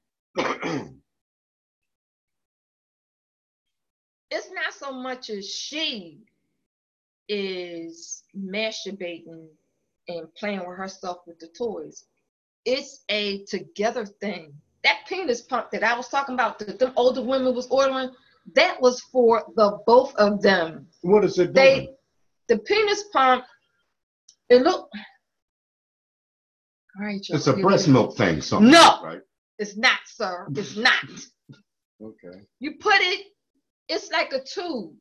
Speaker 1: it's not so much as she is masturbating and playing with herself with the toys. It's a together thing. That penis pump that I was talking about that the older women was ordering, that was for the both of them.
Speaker 2: What is it doing?
Speaker 1: They the penis pump, it look all right, y'all.
Speaker 2: it's a
Speaker 1: here we
Speaker 2: breast
Speaker 1: go.
Speaker 2: milk thing, something.
Speaker 1: No.
Speaker 2: Right?
Speaker 1: It's not, sir. It's not.
Speaker 2: Okay.
Speaker 1: You put it, it's like a tube.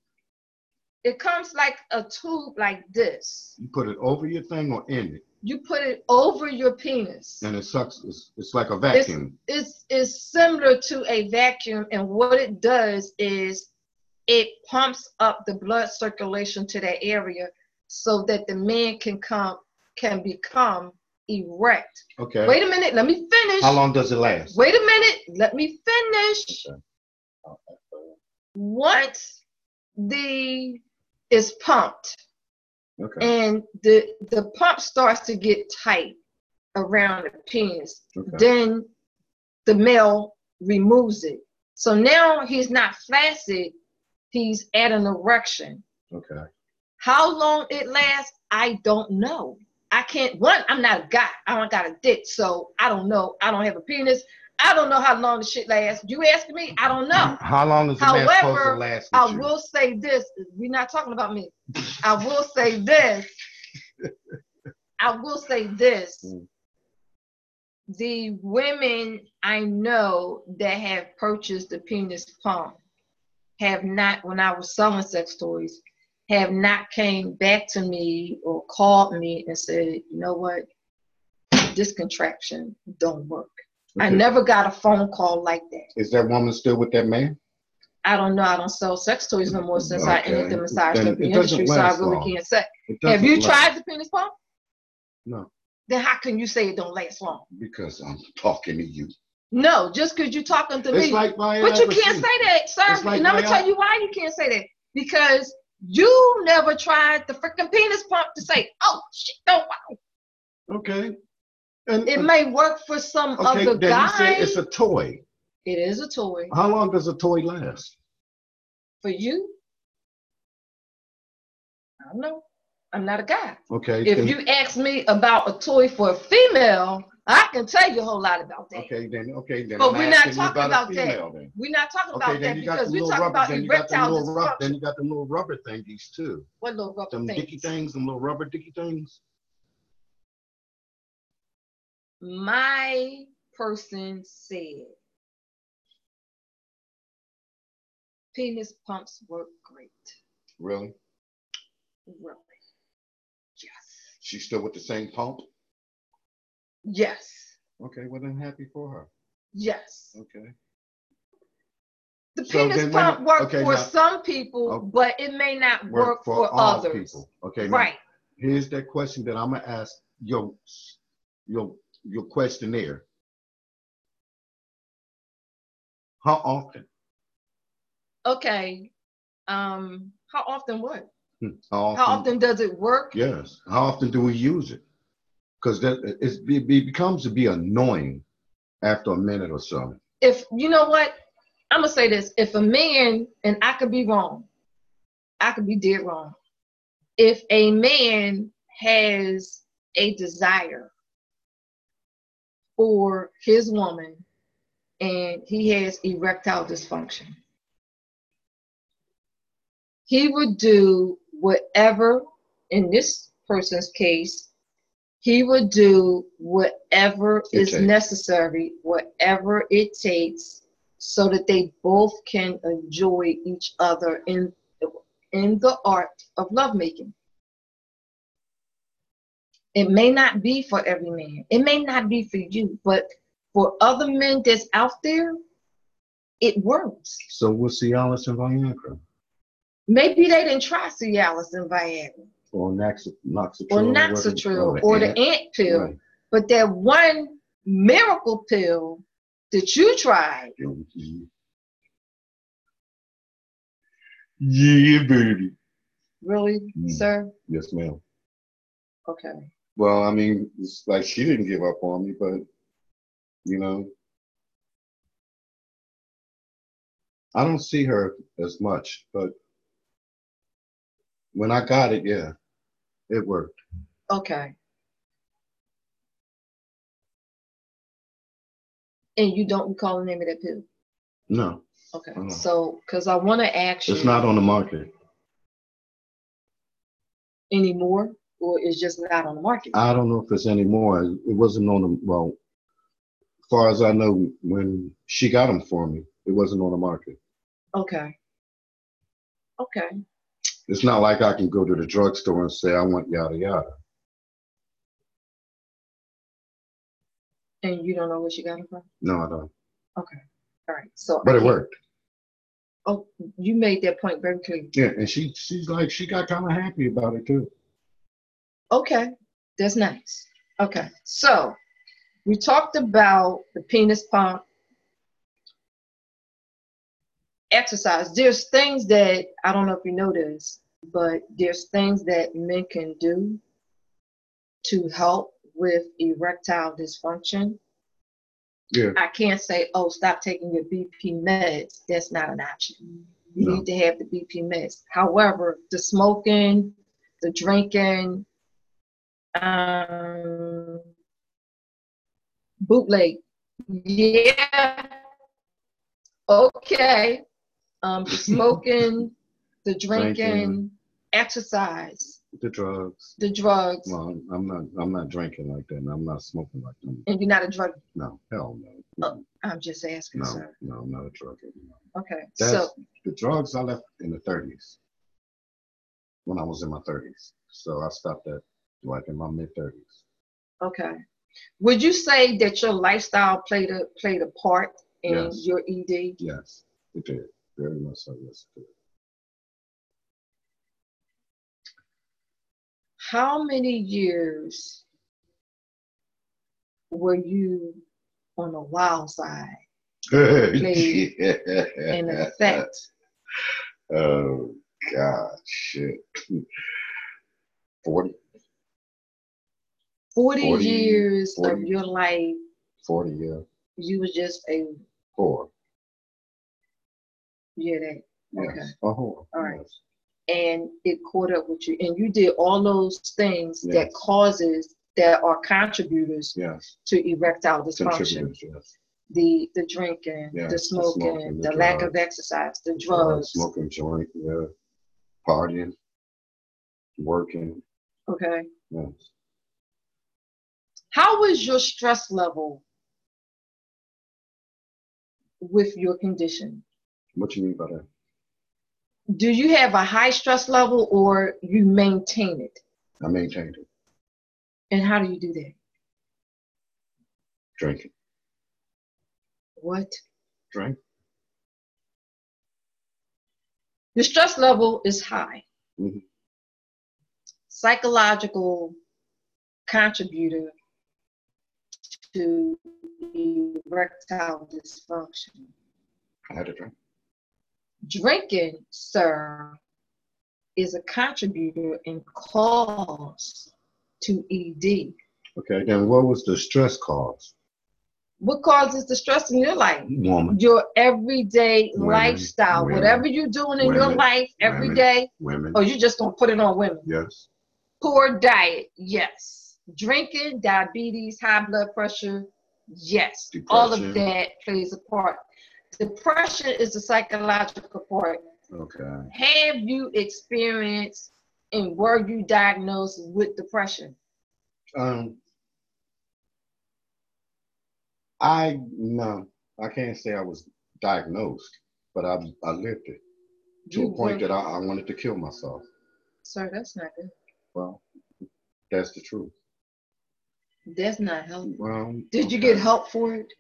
Speaker 1: It comes like a tube like this.
Speaker 2: You put it over your thing or in it.
Speaker 1: you put it over your penis.
Speaker 2: and it sucks. It's, it's like a vacuum.
Speaker 1: It's it's similar to a vacuum, and what it does is it pumps up the blood circulation to that area so that the man can come can become erect.
Speaker 2: okay.
Speaker 1: Wait a minute, let me finish.
Speaker 2: How long does it last?
Speaker 1: Wait a minute, let me finish.
Speaker 2: Okay.
Speaker 1: Once the is pumped,
Speaker 2: Okay.
Speaker 1: and the the pump starts to get tight around the penis.
Speaker 2: okay.
Speaker 1: Then the male removes it. So now he's not flaccid, he's at an erection.
Speaker 2: Okay.
Speaker 1: How long it lasts, I don't know. I can't, one, I'm not a guy. I don't got a dick, so I don't know. I don't have a penis. I don't know how long the shit lasts. You asking me? I don't know.
Speaker 2: How long is the man supposed to
Speaker 1: However,
Speaker 2: last?
Speaker 1: I
Speaker 2: with you?
Speaker 1: will say this. We're not talking about me. I will say this. I will say this.
Speaker 2: Mm.
Speaker 1: The women I know that have purchased the penis pump have not, when I was selling sex toys, have not came back to me or called me and said, you know what? This contraction don't work. I
Speaker 2: Okay.
Speaker 1: never got a phone call like that.
Speaker 2: Is that woman still with that man?
Speaker 1: I don't know. I don't sell sex toys no more since I ended
Speaker 2: Okay.
Speaker 1: the massage
Speaker 2: Then
Speaker 1: therapy
Speaker 2: it doesn't
Speaker 1: industry, so I
Speaker 2: last
Speaker 1: really
Speaker 2: long.
Speaker 1: can't say.
Speaker 2: It
Speaker 1: Have
Speaker 2: doesn't
Speaker 1: you
Speaker 2: last.
Speaker 1: tried the penis pump?
Speaker 2: No,
Speaker 1: Then how can you say it don't last long?
Speaker 2: because I'm talking to you.
Speaker 1: No, just because you're talking to
Speaker 2: It's
Speaker 1: me.
Speaker 2: like my.
Speaker 1: but you
Speaker 2: adversary.
Speaker 1: can't say that, sir.
Speaker 2: It's like
Speaker 1: and I'm
Speaker 2: my
Speaker 1: gonna tell you why you can't say that. Because you never tried the freaking penis pump to say, oh shit, don't work.
Speaker 2: Okay. And
Speaker 1: It may work for some
Speaker 2: okay,
Speaker 1: other
Speaker 2: then you
Speaker 1: guy.
Speaker 2: said it's a Uh-huh. toy.
Speaker 1: it is a toy.
Speaker 2: How long does a toy last?
Speaker 1: For you, I don't know. I'm not a guy.
Speaker 2: Okay. then-
Speaker 1: if you ask me about a toy for a female, I can tell you a whole lot about that.
Speaker 2: okay, then okay, then.
Speaker 1: But
Speaker 2: I'm
Speaker 1: we're not
Speaker 2: asking you
Speaker 1: talking
Speaker 2: about, a
Speaker 1: about that.
Speaker 2: female then.
Speaker 1: We're not talking
Speaker 2: Okay,
Speaker 1: about
Speaker 2: then
Speaker 1: that
Speaker 2: you got the
Speaker 1: because we're
Speaker 2: little
Speaker 1: talking
Speaker 2: rubber.
Speaker 1: about
Speaker 2: then you got the
Speaker 1: erectile
Speaker 2: little rubber. Then
Speaker 1: dysfunction.
Speaker 2: you got the little rubber thingies too.
Speaker 1: What little rubber
Speaker 2: Them dicky
Speaker 1: things?
Speaker 2: things, them little rubber dicky things.
Speaker 1: My person said penis pumps work great.
Speaker 2: Really?
Speaker 1: Really? Yes.
Speaker 2: She's still with the same pump?
Speaker 1: Yes.
Speaker 2: Okay, well then happy for her.
Speaker 1: Yes.
Speaker 2: Okay.
Speaker 1: The
Speaker 2: So
Speaker 1: penis
Speaker 2: then when-
Speaker 1: pump works
Speaker 2: okay,
Speaker 1: for
Speaker 2: now-
Speaker 1: some people,
Speaker 2: Oh.
Speaker 1: but it may not work, for,
Speaker 2: all
Speaker 1: others.
Speaker 2: people. Okay. now
Speaker 1: Right.
Speaker 2: here's that question that I'm gonna ask your your your questionnaire. How often?
Speaker 1: Okay. Um, how often what?
Speaker 2: Hmm, How often?
Speaker 1: How often does it work?
Speaker 2: Yes. How often do we use it? Because that it's, it becomes to be annoying after a minute or so.
Speaker 1: If you know what, I'm gonna say this. If a man, and I could be wrong, I could be dead wrong. If a man has a desire for his woman and he has erectile dysfunction, he would do whatever, in this person's case, he would do whatever
Speaker 2: It
Speaker 1: is
Speaker 2: takes.
Speaker 1: necessary, whatever it takes, so that they both can enjoy each other in in the art of lovemaking. It may not be for every man. It may not be for you, but for other men that's out there, it works.
Speaker 2: So what's Cialis and Viagra
Speaker 1: Maybe they didn't try Cialis and Viagra
Speaker 2: or Nox- Noxatril?
Speaker 1: or
Speaker 2: whatever-
Speaker 1: Noxatril or the
Speaker 2: ant-
Speaker 1: ant pill,
Speaker 2: right.
Speaker 1: but that one miracle pill that you tried,
Speaker 2: Mhm. Yeah, baby.
Speaker 1: really,
Speaker 2: Mm.
Speaker 1: sir?
Speaker 2: Yes, ma'am.
Speaker 1: Okay.
Speaker 2: Well, I mean, it's like she didn't give up on me, but you know, I don't see her as much. But when I got it, yeah, it worked.
Speaker 1: Okay. And you don't recall the name of that pill?
Speaker 2: No,
Speaker 1: Okay,
Speaker 2: Mm.
Speaker 1: so, because I want to ask you
Speaker 2: it's not on the market.
Speaker 1: anymore, or it's just not on the market?
Speaker 2: I don't know if it's anymore. It wasn't on the well. As far as I know, when she got them for me, it wasn't on the market.
Speaker 1: Okay. Okay,
Speaker 2: It's not like I can go to the drugstore and say I want yada yada.
Speaker 1: And you don't know where she got it from?
Speaker 2: No, I don't.
Speaker 1: Okay. All right. So
Speaker 2: But
Speaker 1: I
Speaker 2: it
Speaker 1: can't-
Speaker 2: worked.
Speaker 1: Oh, you made that point very clear.
Speaker 2: Yeah, and she she's like she got kind of happy about it too.
Speaker 1: Okay, that's nice. Okay, so we talked about the penis pump exercise. There's things that I don't know if you know this, but there's things that men can do to help with erectile dysfunction.
Speaker 2: Yeah.
Speaker 1: I can't say, oh, stop taking your BP meds. That's not an option. You
Speaker 2: No.
Speaker 1: need to have the BP meds. However, the smoking, the drinking, um, bootleg. Yeah. Okay. Um, the smoking, the drinking,
Speaker 2: Drinking.
Speaker 1: exercise,
Speaker 2: The drugs.
Speaker 1: the drugs,
Speaker 2: Well, I'm- I'm not I'm not drinking like that, and I'm not smoking like that.
Speaker 1: and you're not a drug.
Speaker 2: No, hell no.
Speaker 1: I'm just asking,
Speaker 2: No,
Speaker 1: Oh, sir.
Speaker 2: no, I'm not a drug anymore.
Speaker 1: Okay.
Speaker 2: That's
Speaker 1: so,
Speaker 2: the drugs I left in the 30s when I was in my 30s. So I stopped at like in my mid 30s.
Speaker 1: okay. Would you say that your lifestyle played a played a part in
Speaker 2: Yes.
Speaker 1: your E ED?
Speaker 2: Yes, it did. Very much so. Yes, it did.
Speaker 1: How many years were you on the wild side? Played in effect.
Speaker 2: Oh God, shit. 40,
Speaker 1: Forty,
Speaker 2: 40,
Speaker 1: years
Speaker 2: 40.
Speaker 1: of your life,
Speaker 2: 40, yeah,
Speaker 1: you was just a
Speaker 2: four.
Speaker 1: yeah that.
Speaker 2: Yes.
Speaker 1: Okay.
Speaker 2: Oh,
Speaker 1: All right.
Speaker 2: yes.
Speaker 1: and it caught up with you and you did all those things that
Speaker 2: Yes.
Speaker 1: causes that are contributors
Speaker 2: Yes.
Speaker 1: to erectile dysfunction
Speaker 2: Contributors, yes.
Speaker 1: the the drinking
Speaker 2: Yes,
Speaker 1: the
Speaker 2: the
Speaker 1: smoking
Speaker 2: smoking,
Speaker 1: the,
Speaker 2: the
Speaker 1: lack of
Speaker 2: drugs.
Speaker 1: exercise the
Speaker 2: Uh,
Speaker 1: drugs
Speaker 2: Smoking joint, yeah. Partying, working,
Speaker 1: okay
Speaker 2: yes.
Speaker 1: how was your stress level with your condition
Speaker 2: What you mean by that?
Speaker 1: do you have a high stress level or you maintain it
Speaker 2: I maintained it.
Speaker 1: and how do you do that
Speaker 2: Drinking.
Speaker 1: what
Speaker 2: Drink?
Speaker 1: your stress level is high.
Speaker 2: Mhm.
Speaker 1: Psychological contributor to erectile dysfunction.
Speaker 2: I had to drink.
Speaker 1: Drinking, sir, is a contributor and cause to E ED.
Speaker 2: Okay, then what was the stress cause?
Speaker 1: What causes the stress in your life?
Speaker 2: Woman,
Speaker 1: Your everyday
Speaker 2: Women,
Speaker 1: lifestyle,
Speaker 2: women,
Speaker 1: whatever you're doing in your
Speaker 2: women,
Speaker 1: life every
Speaker 2: women.
Speaker 1: day,
Speaker 2: women,
Speaker 1: or you just gonna put it on women.
Speaker 2: yes.
Speaker 1: poor diet, yes. Drinking, diabetes, high blood pressure, yes. All of
Speaker 2: Depression.
Speaker 1: that plays a part. Depression is the psychological part.
Speaker 2: Okay.
Speaker 1: Have you experienced and were you diagnosed with depression?
Speaker 2: Um, I no, I can't say I was diagnosed, but I I lived it to
Speaker 1: You
Speaker 2: a point
Speaker 1: were-
Speaker 2: that I, I wanted to kill myself.
Speaker 1: sir, that's not good.
Speaker 2: Well, that's the truth.
Speaker 1: That's not healthy.
Speaker 2: Well,
Speaker 1: Did you
Speaker 2: okay.
Speaker 1: get help for it?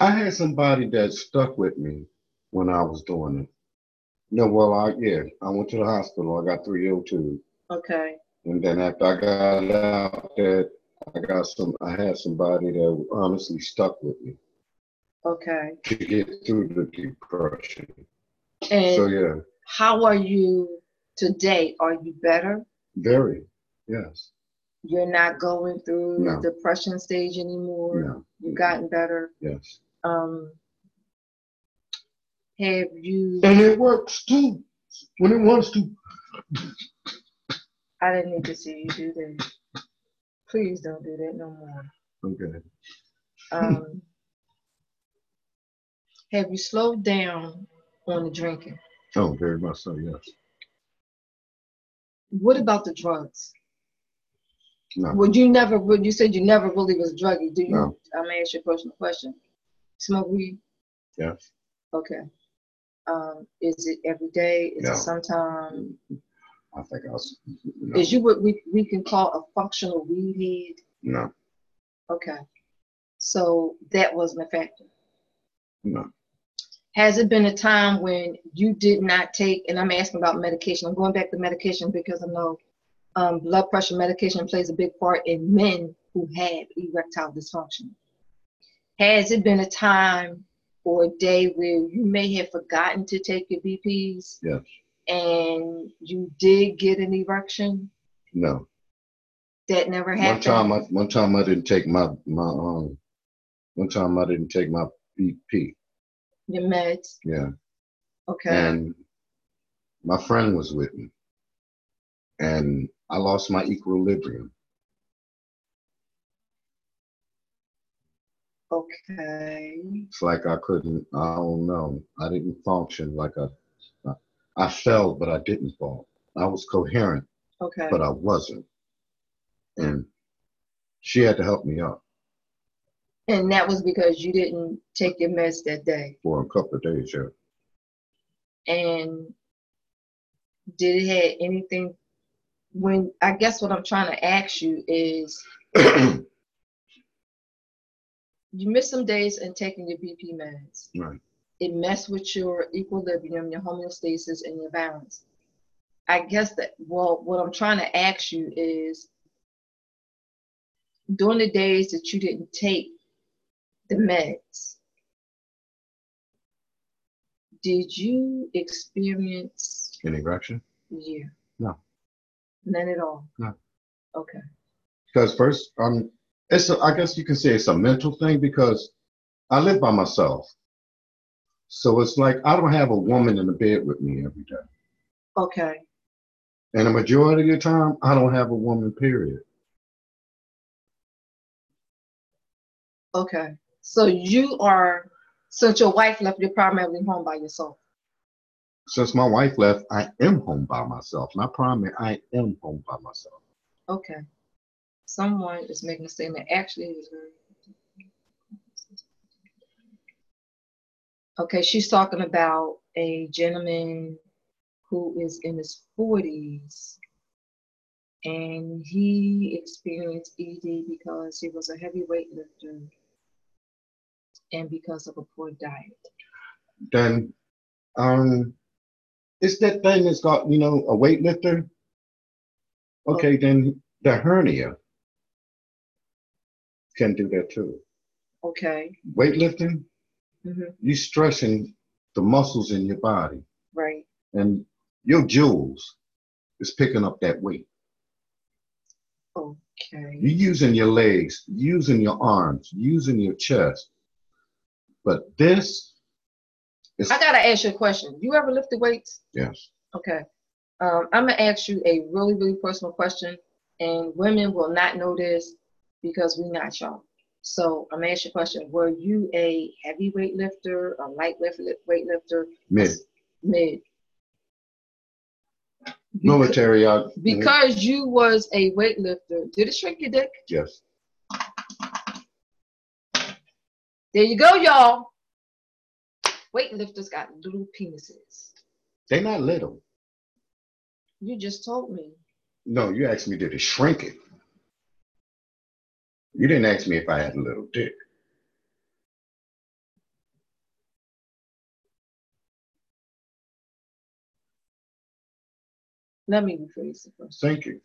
Speaker 2: I had somebody that stuck with me when I was doing it. No, well, I yeah, I went to the hospital. I got three O two,
Speaker 1: Okay.
Speaker 2: and then after I got out, that I got some. I had somebody that honestly stuck with me
Speaker 1: Okay.
Speaker 2: to get through the depression.
Speaker 1: And
Speaker 2: So yeah.
Speaker 1: how are you today? Are you better?
Speaker 2: Very, yes.
Speaker 1: You're not going through
Speaker 2: No.
Speaker 1: the depression stage anymore.
Speaker 2: No,
Speaker 1: You've gotten better.
Speaker 2: yes.
Speaker 1: Um, have you?
Speaker 2: And it works too when it wants to.
Speaker 1: I didn't need to see you do that. Please don't do that no more.
Speaker 2: Okay.
Speaker 1: Um, have you slowed down on the drinking?
Speaker 2: Oh, very much so, yes.
Speaker 1: What about the drugs?
Speaker 2: No,
Speaker 1: Would you never? Would you said you never really was druggy? Do you?
Speaker 2: No.
Speaker 1: I'm gonna ask you a personal question. Smoke weed?
Speaker 2: yes.
Speaker 1: Okay. Um, is it every day? Is
Speaker 2: No.
Speaker 1: it sometime?
Speaker 2: I think I was, no,
Speaker 1: Is you what we, we can call a functional weed head?
Speaker 2: no,
Speaker 1: Okay. So that wasn't a factor.
Speaker 2: No.
Speaker 1: Has it been a time when you did not take, and I'm asking about medication, I'm going back to medication because I know um, blood pressure medication plays a big part in men who have erectile dysfunction. Has it been a time or a day where you may have forgotten to take your BPs?
Speaker 2: Yes.
Speaker 1: And you did get an erection?
Speaker 2: No.
Speaker 1: That never
Speaker 2: One
Speaker 1: happened?
Speaker 2: time, I, one time I didn't take my my um. One time I didn't take my BP.
Speaker 1: Your meds?
Speaker 2: Yeah.
Speaker 1: Okay.
Speaker 2: and my friend was with me and i lost my equilibrium
Speaker 1: Okay.
Speaker 2: it's like i couldn't i don't know i didn't function like i i, I fell but i didn't fall i was coherent
Speaker 1: Okay.
Speaker 2: but i wasn't and she had to help me up
Speaker 1: And that was because you didn't take your meds that day.
Speaker 2: for a couple of days yeah
Speaker 1: and did it have anything when I guess what I'm trying to ask you is you miss some days in taking your BP meds.
Speaker 2: Right.
Speaker 1: It messed with your equilibrium, your homeostasis, and your balance. I guess that well what I'm trying to ask you is during the days that you didn't take the meds, did you experience
Speaker 2: an erection
Speaker 1: Yeah.
Speaker 2: No.
Speaker 1: None at all?
Speaker 2: No.
Speaker 1: Okay,
Speaker 2: because first um it's a, i guess you can say it's a mental thing because i live by myself so it's like i don't have a woman in the bed with me every day
Speaker 1: okay,
Speaker 2: and the majority of the time i don't have a woman period
Speaker 1: okay. So you are, since your wife left, you're primarily home by yourself.
Speaker 2: since my wife left i am home by myself not primary i am home by myself
Speaker 1: Okay. Someone is making a statement. Actually, it was very. Okay, she's talking about a gentleman who is in his 40s and he experienced ED because he was a heavy weightlifter and because of a poor diet.
Speaker 2: then um it's that thing that's got you know a weightlifter okay then the hernia can do that too
Speaker 1: Okay,
Speaker 2: weightlifting
Speaker 1: Mhm.
Speaker 2: you stressing the muscles in your body
Speaker 1: right.
Speaker 2: and your joules is picking up that weight.
Speaker 1: Okay,
Speaker 2: You're using your legs, using your arms, using your chest. But this is
Speaker 1: I gotta ask you a question. You ever lifted weights?
Speaker 2: yes.
Speaker 1: Okay. Um, I'm gonna ask you a really, really personal question, and women will not know this because we're not y'all. So I'm gonna ask you a question. Were you a heavy weightlifter, a light lift, weightlifter,
Speaker 2: Mid
Speaker 1: mid? Beca-
Speaker 2: military I,
Speaker 1: Because you was a weightlifter, did it shrink your dick?
Speaker 2: yes.
Speaker 1: There you go, y'all. Weightlifters got little penises.
Speaker 2: They're not little.
Speaker 1: You just told me.
Speaker 2: No, you asked me did it shrink it. You didn't ask me if I had a little dick.
Speaker 1: Let me rephrase the question.
Speaker 2: Thank you.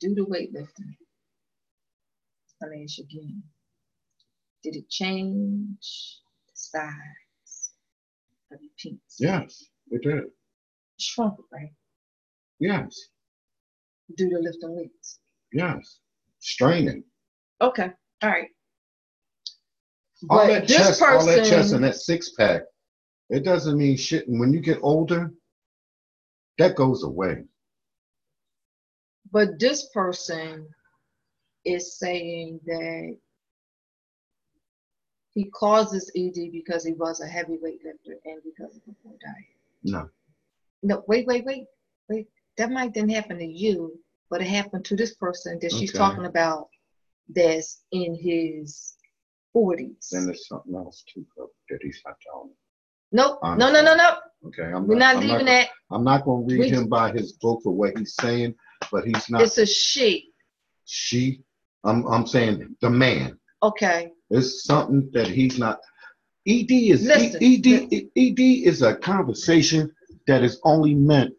Speaker 1: do the weightlifting. I mean, ask you again. Did it change the size of your penis?
Speaker 2: Yes, it did.
Speaker 1: Shrunk it, right?
Speaker 2: Yes,
Speaker 1: Due to lifting weights.
Speaker 2: yes. Straining.
Speaker 1: Okay. All right.
Speaker 2: all
Speaker 1: But
Speaker 2: that
Speaker 1: this
Speaker 2: chest, all that chest
Speaker 1: person-
Speaker 2: and that six pack, it doesn't mean shit. And when you get older, that goes away.
Speaker 1: But this person is saying that he causes ED because he was a heavy weightlifter and because of a poor diet.
Speaker 2: No,
Speaker 1: No, wait, wait, wait, wait. That might didn't happen to you, but it happened to this person that she's
Speaker 2: Okay.
Speaker 1: talking about that's in his 40s.
Speaker 2: then there's something else too bro, that he's not telling. me.
Speaker 1: nope, no,
Speaker 2: I'm-
Speaker 1: no, no, no.
Speaker 2: Okay, I'm
Speaker 1: We're not
Speaker 2: I'm
Speaker 1: leaving
Speaker 2: gonna-
Speaker 1: that.
Speaker 2: I'm not gonna read
Speaker 1: We-
Speaker 2: him by his book for what he's saying, but he's not.
Speaker 1: It's a she.
Speaker 2: she I'm I'm saying the man.
Speaker 1: Okay.
Speaker 2: It's something that he's not. ED is E,
Speaker 1: Listen.
Speaker 2: ED ED E, is a conversation that is only meant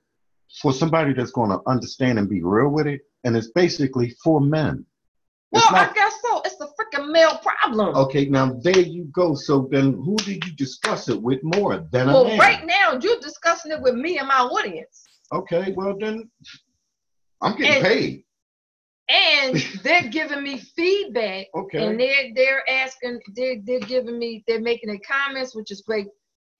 Speaker 2: for somebody that's going to understand and be real with it, and it's basically for men.
Speaker 1: Well,
Speaker 2: It's
Speaker 1: I
Speaker 2: not-
Speaker 1: guess so. It's a freaking male problem.
Speaker 2: okay, now there you go. So then, who did you discuss it with more than a
Speaker 1: Well,
Speaker 2: man?
Speaker 1: right now you're discussing it with me and my audience,
Speaker 2: Okay, well then, I'm getting
Speaker 1: And-
Speaker 2: paid.
Speaker 1: and they're giving me feedback, and
Speaker 2: Okay,
Speaker 1: they're they're asking, they're they're giving me, they're making their comments, which is great.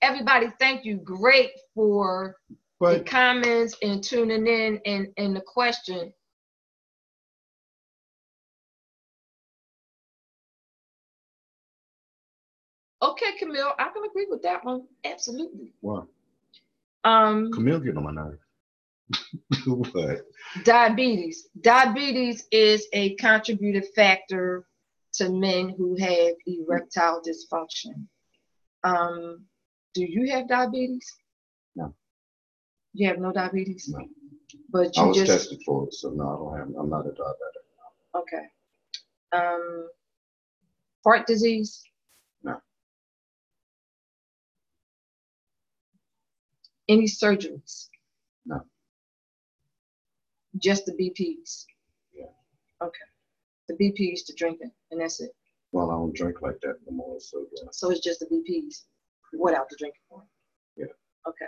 Speaker 1: Everybody, thank you, great for the
Speaker 2: but
Speaker 1: comments and tuning in and and the question. Okay, Camille, I can agree with that one absolutely.
Speaker 2: well,
Speaker 1: Um,
Speaker 2: Camille getting on my nerves. what?
Speaker 1: diabetes. Diabetes is a contributed factor to men who have erectile dysfunction. Um, do you have diabetes?
Speaker 2: No.
Speaker 1: You have no diabetes?
Speaker 2: No.
Speaker 1: But
Speaker 2: I
Speaker 1: you
Speaker 2: was
Speaker 1: just
Speaker 2: tested for it, so no, I don't have. I'm not a diabetic.
Speaker 1: okay. Um, heart disease?
Speaker 2: No.
Speaker 1: Any surgeries?
Speaker 2: No.
Speaker 1: Just the BPs?
Speaker 2: Yeah.
Speaker 1: Okay. The BPs to drinking, and that's it.
Speaker 2: Well, I don't drink like that no more. So yeah.
Speaker 1: So it's just the BPs without the drinking part.
Speaker 2: Yeah.
Speaker 1: Okay.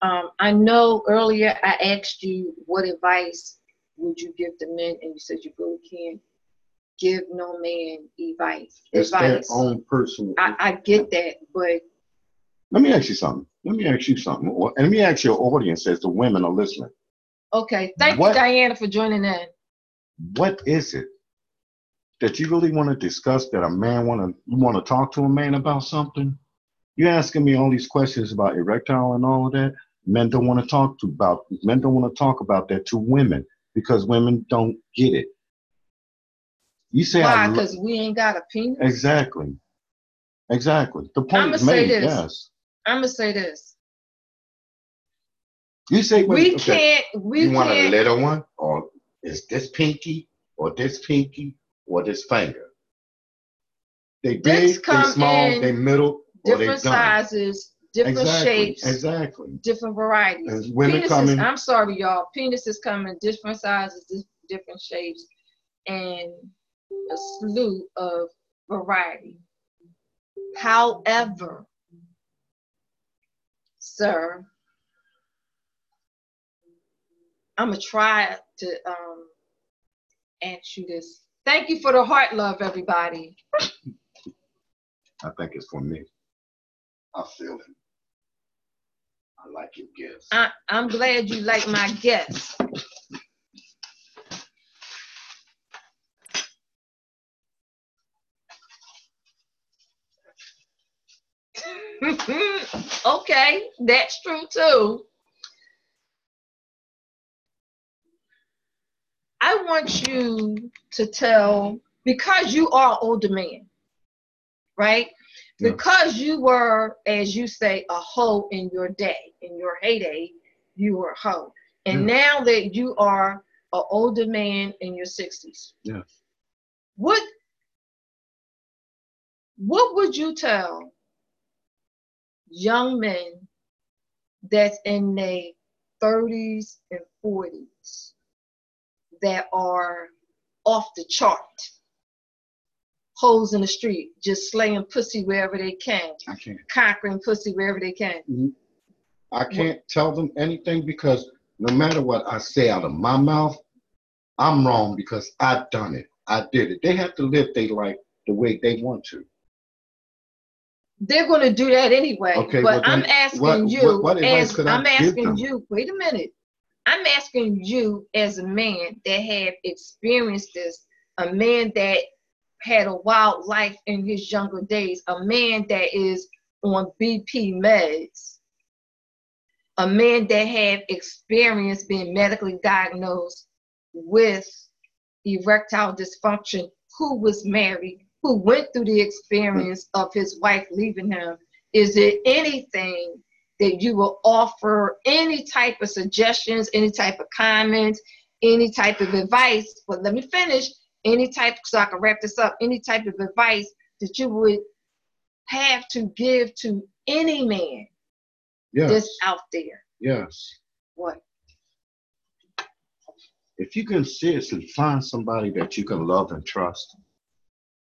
Speaker 1: Um, I know earlier I asked you what advice would you give to men, and you said you really can't give no man advice.
Speaker 2: it's their
Speaker 1: advice.
Speaker 2: own personal.
Speaker 1: I, I get that, but
Speaker 2: Let me ask you something. Let me ask you something. Or- and Let me ask your audience as the women are listening.
Speaker 1: okay. Thank
Speaker 2: What-
Speaker 1: you, Diana, for joining in.
Speaker 2: What is it that you really want to discuss that a man want to you want to talk to a man about something? You're asking me all these questions about erectile and all of that. Men don't want to talk to about men don't want to talk about that to women because women don't get it. You say
Speaker 1: Why?
Speaker 2: I lo-
Speaker 1: Because we ain't got a penis.
Speaker 2: exactly, exactly. The point
Speaker 1: I'ma
Speaker 2: is
Speaker 1: say
Speaker 2: made.
Speaker 1: this.
Speaker 2: Yes,
Speaker 1: I'm gonna say this:
Speaker 2: you say what-
Speaker 1: we
Speaker 2: okay.
Speaker 1: can't. We
Speaker 2: you want a
Speaker 1: can't.
Speaker 2: little one, or is this pinky, or this pinky, or this finger? They
Speaker 1: Dicks
Speaker 2: big, they
Speaker 1: come
Speaker 2: small,
Speaker 1: in
Speaker 2: they middle, or they
Speaker 1: different
Speaker 2: dumb.
Speaker 1: sizes, different
Speaker 2: exactly,
Speaker 1: shapes,
Speaker 2: exactly.
Speaker 1: different varieties.
Speaker 2: As women
Speaker 1: penises,
Speaker 2: come in,
Speaker 1: I'm sorry, y'all. Penises come in different sizes, dif- different shapes, and a slew of variety. However, sir, I'm gonna try to um, answer you this. Thank you for the heart love, everybody.
Speaker 2: I think it's for me. I feel it. I like it, yes.
Speaker 1: I, I'm glad you like my guess. okay, that's true too. I want you to tell because you are older man, right?
Speaker 2: Yeah.
Speaker 1: Because you were, as you say, a hoe in your day, in your heyday, you were a hoe. And now that you are an older man in your 60s,
Speaker 2: Yeah.
Speaker 1: what what would you tell young men that's in their 30s and 40s that are off the chart? Holes in the street, just slaying pussy wherever they can,
Speaker 2: I can't.
Speaker 1: conquering pussy wherever they can.
Speaker 2: I can't tell them anything because no matter what I say out of my mouth, I'm wrong because I've done it. I did it. They have to live their life the way they want to.
Speaker 1: They're going to do that anyway.
Speaker 2: Okay,
Speaker 1: but
Speaker 2: well then,
Speaker 1: I'm asking
Speaker 2: what-
Speaker 1: you,
Speaker 2: what- what advice
Speaker 1: as
Speaker 2: could I
Speaker 1: I'm
Speaker 2: give
Speaker 1: asking
Speaker 2: them?
Speaker 1: you, wait a minute. I'm asking you as a man that have experienced this, a man that had a wild life in his younger days, a man that is on BP meds, a man that have experienced being medically diagnosed with erectile dysfunction, who was married, who went through the experience of his wife leaving him. Is there anything that you will offer, any type of suggestions, any type of comments, any type of advice? But let me finish. Any type, so I can wrap this up, any type of advice that you would have to give to any man
Speaker 2: Yes.
Speaker 1: that's out there?
Speaker 2: yes.
Speaker 1: What?
Speaker 2: If you can seriously find somebody that you can love and trust,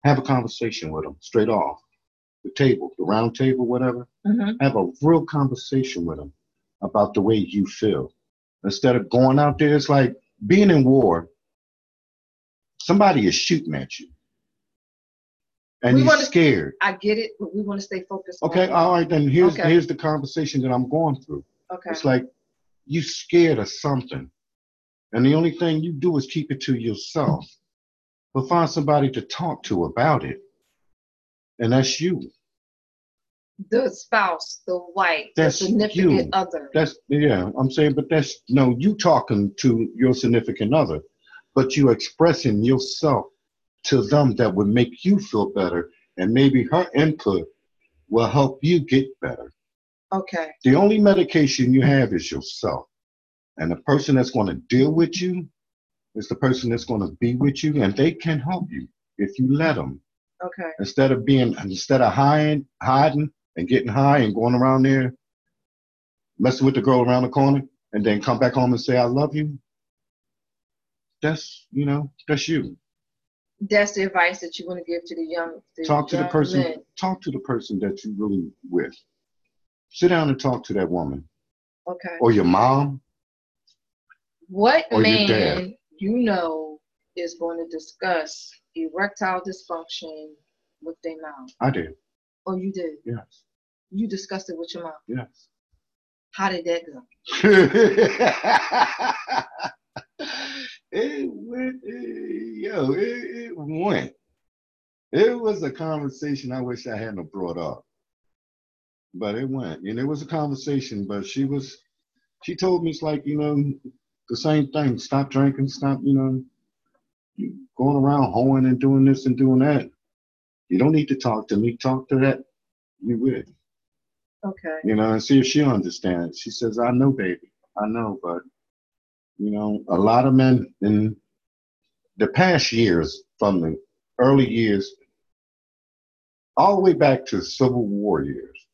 Speaker 2: have a conversation with them straight off the table, the round table, whatever.
Speaker 1: Mm-hmm.
Speaker 2: Have a real conversation with them about the way you feel. Instead of going out there, it's like being in war. Somebody is shooting at you, and
Speaker 1: We
Speaker 2: you're
Speaker 1: wanna-
Speaker 2: scared.
Speaker 1: I get it, but we want to stay focused. on-
Speaker 2: Okay, all right. Then here's
Speaker 1: Okay.
Speaker 2: here's the conversation that I'm going through.
Speaker 1: Okay.
Speaker 2: It's like you scared of something. And the only thing you do is keep it to yourself. But find somebody to talk to about it. And that's you.
Speaker 1: The spouse, the wife,
Speaker 2: That's
Speaker 1: the significant
Speaker 2: you.
Speaker 1: other.
Speaker 2: That's yeah, I'm saying, but that's no, you talking to your significant other, but you expressing yourself to them that would make you feel better. And maybe her input will help you get better.
Speaker 1: okay.
Speaker 2: the only medication you have is yourself. And the person that's going to deal with you is the person that's going to be with you, and they can help you if you let them.
Speaker 1: Okay.
Speaker 2: Instead of being, instead of hiding, hiding and getting high and going around there, messing with the girl around the corner, and then come back home and say, I love you. That's, you know, that's you.
Speaker 1: That's the advice that you want to give to the young. The
Speaker 2: Talk to the
Speaker 1: young
Speaker 2: person,
Speaker 1: men.
Speaker 2: talk to the person that you really with. Sit down and talk to that woman
Speaker 1: Okay.
Speaker 2: or your mom
Speaker 1: What
Speaker 2: or your dad.
Speaker 1: man you know is going to discuss erectile dysfunction with their mom?
Speaker 2: I did.
Speaker 1: Oh, you did.
Speaker 2: Yes.
Speaker 1: You discussed it with your mom.
Speaker 2: Yes.
Speaker 1: How did that go?
Speaker 2: it went, it- yo, it, it went. It was a conversation I wish I hadn't have brought up, but it went, and it was a conversation. But she was, she told me it's like you know, the same thing. Stop drinking. Stop, you know, you going around hoeing and doing this and doing that. You don't need to talk to me. Talk to that you with
Speaker 1: Okay.
Speaker 2: you know, and see if she understands. She says, I know, baby, I know, but you know, a lot of men in the past years, from the early years, all the way back to Civil War years,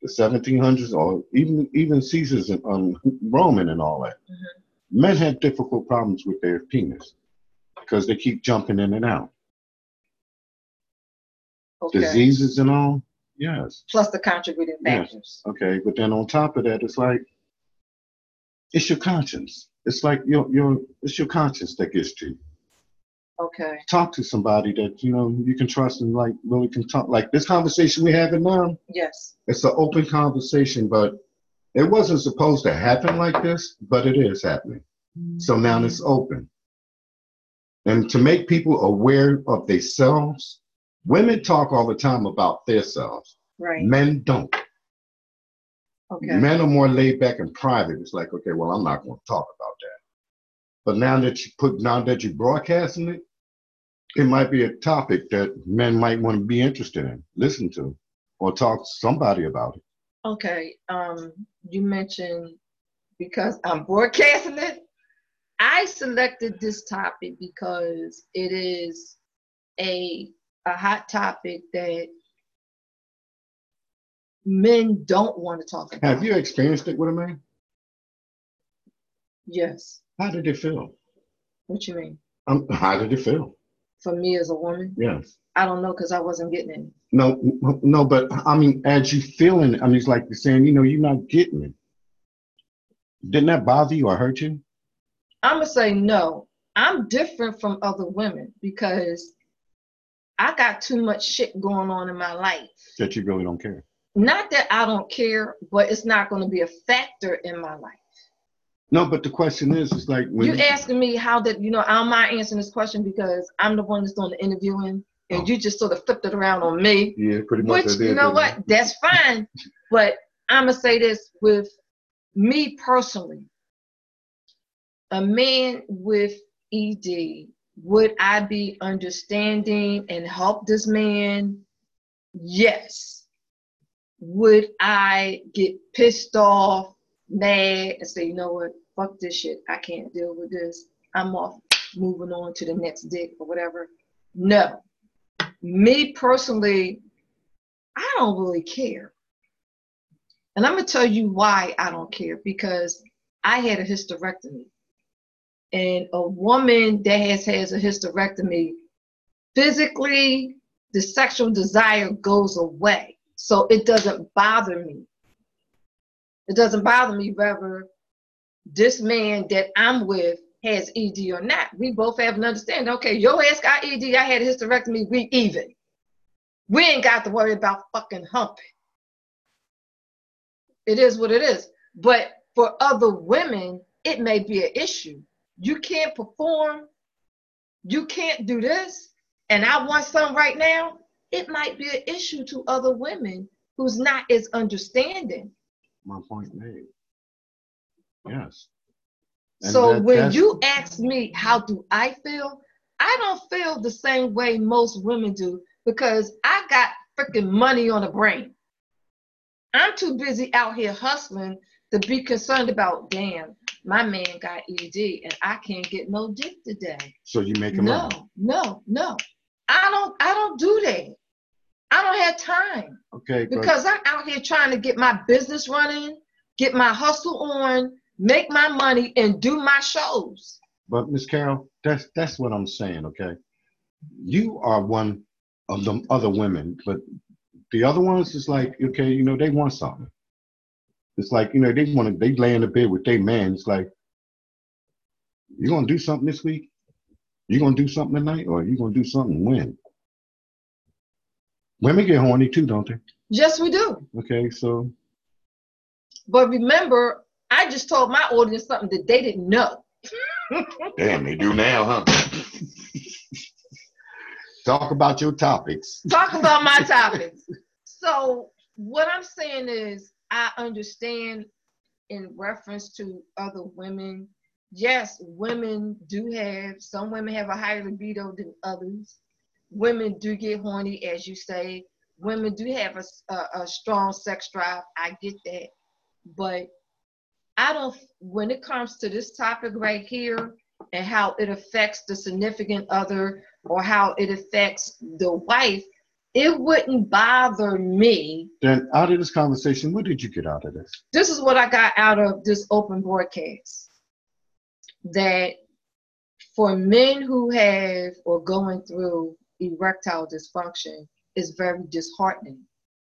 Speaker 2: the 1700s, or even even Caesar's and um, Roman and all that, men had difficult problems with their penis because they keep jumping in and out,
Speaker 1: Okay.
Speaker 2: diseases and all. Yes.
Speaker 1: Plus the contributing
Speaker 2: Yes.
Speaker 1: factors.
Speaker 2: Okay, but then on top of that, it's like it's your conscience. It's like your your it's your conscience that gets to you.
Speaker 1: Okay.
Speaker 2: Talk to somebody that you know you can trust and like really can talk. Like this conversation we having now,
Speaker 1: Yes.
Speaker 2: it's an open conversation, but it wasn't supposed to happen like this, but it is happening. So now it's open. And to make people aware of themselves, women talk all the time about themselves.
Speaker 1: Right.
Speaker 2: Men don't.
Speaker 1: Okay.
Speaker 2: Men are more laid back and private. It's like, okay, well, I'm not going to talk about that. But now that you put, now that you're broadcasting it, it might be a topic that men might want to be interested in, listen to, or talk to somebody about it.
Speaker 1: Okay, um, you mentioned because I'm broadcasting it. I selected this topic because it is a a hot topic that men don't want to talk about.
Speaker 2: Have you experienced it with a man?
Speaker 1: Yes.
Speaker 2: How did it feel?
Speaker 1: What you mean?
Speaker 2: Um, how did it feel?
Speaker 1: For me as a woman,
Speaker 2: Yes.
Speaker 1: I don't know because I wasn't getting it.
Speaker 2: No, n- no, but I mean, as you feeling, it, I mean, it's like you're saying, you know, you're not getting it. Didn't that bother you or hurt you?
Speaker 1: I'm gonna say no. I'm different from other women because I got too much shit going on in my life.
Speaker 2: That you really don't care.
Speaker 1: not that I don't care, but it's not going to be a factor in my life.
Speaker 2: No, but the question is, it's like when
Speaker 1: You asking me how that you know I'm not answering this question because I'm the one that's doing the interviewing, and you just sort of flipped it around on me.
Speaker 2: Yeah, pretty much.
Speaker 1: Which
Speaker 2: I did,
Speaker 1: you know
Speaker 2: didn't
Speaker 1: what, that's fine, but I'm gonna say this with me personally, a man with ED, would I be understanding and help this man? Yes. Would I get pissed off, mad, and say, you know what, fuck this shit, I can't deal with this, I'm off, moving on to the next dick or whatever. No. Me personally, I don't really care. And I'm going to tell you why I don't care because I had a hysterectomy. And a woman that has, has a hysterectomy, physically, the sexual desire goes away. So it doesn't bother me. It doesn't bother me whether this man that I'm with has ED or not. We both have an understanding. Okay, your ass got ED, I had a hysterectomy, we even. We ain't got to worry about fucking humping. It is what it is. But for other women, it may be an issue. You can't perform, you can't do this, and I want some right now. It might be an issue to other women who's not as understanding.
Speaker 2: My point made. Yes. And
Speaker 1: So
Speaker 2: that-
Speaker 1: when
Speaker 2: that's-
Speaker 1: you ask me how do I feel, I don't feel the same way most women do because I got freaking money on the brain. I'm too busy out here hustling to be concerned about damn, my man got ED and I can't get no dick today.
Speaker 2: So you make them
Speaker 1: No,
Speaker 2: up.
Speaker 1: no, no. I don't I don't do that. I don't have time
Speaker 2: Okay, but
Speaker 1: because I'm out here trying to get my business running, get my hustle on, make my money, and do my shows.
Speaker 2: But Miss Carol, that's that's what I'm saying, okay? You are one of them other women, but the other ones is like, okay, you know, they want something. It's like, you know, they want to they lay in the bed with their man. It's like, you gonna do something this week? You gonna do something tonight, or you gonna do something when? Women get horny too, don't they?
Speaker 1: Yes, we do.
Speaker 2: Okay, so
Speaker 1: But remember, I just told my audience something that they didn't know.
Speaker 2: damn, they do now, huh? Talk about your topics.
Speaker 1: Talk about my topics. So, what I'm saying is, I understand in reference to other women. Yes, women do have, some women have a higher libido than others. Women do get horny, as you say. Women do have a, s- a- a strong sex drive. I get that. But I don't, when it comes to this topic right here and how it affects the significant other or how it affects the wife, it wouldn't bother me
Speaker 2: Then out of this conversation, what did you get out of this?
Speaker 1: this is what I got out of this open broadcast that for men who have or going through erectile dysfunction is very disheartening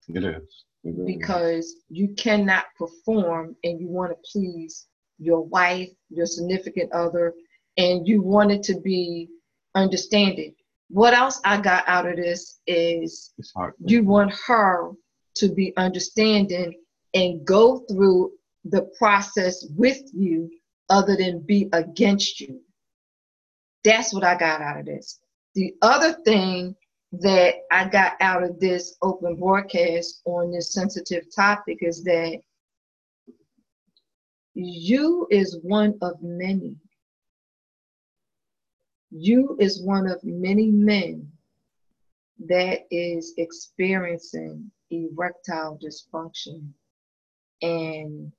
Speaker 2: It is. It really is.
Speaker 1: because you cannot perform and you want to please your wife, your significant other, and you want it to be understanding. What else I got out of this is
Speaker 2: it's hard.
Speaker 1: you want her to be understanding and go through the process with you other than be against you. That's what I got out of this. The other thing that I got out of this open broadcast on this sensitive topic is that you is one of many. You is one of many men that is experiencing erectile dysfunction and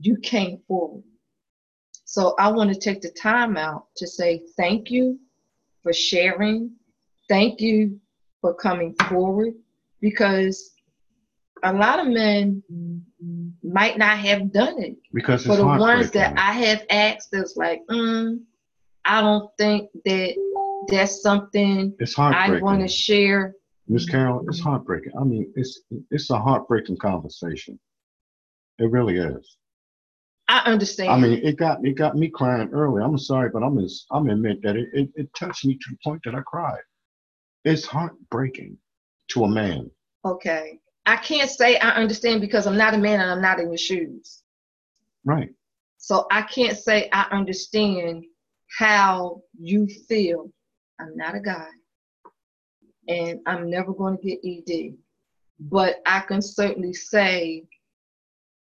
Speaker 1: you came forward. So I want to take the time out to say thank you for sharing. Thank you for coming forward because a lot of men might not have done it
Speaker 2: because
Speaker 1: for
Speaker 2: it's
Speaker 1: the
Speaker 2: hard.
Speaker 1: ones that I have asked that's like, mm, I don't think that that's something
Speaker 2: it's
Speaker 1: I want to
Speaker 2: heartbreaking.
Speaker 1: share
Speaker 2: Miss Carol, it's heartbreaking. I mean, it's it's a heartbreaking conversation. It really is.
Speaker 1: I understand.
Speaker 2: I mean, it got it got me crying early. I'm sorry, but I'm as, I'm admit that it, it, it touched me to the point that I cried. It's heartbreaking to a man.
Speaker 1: okay. I can't say I understand because I'm not a man and I'm not in your shoes.
Speaker 2: Right.
Speaker 1: So I can't say I understand how you feel. I'm not a guy and I'm never going to get ED. But I can certainly say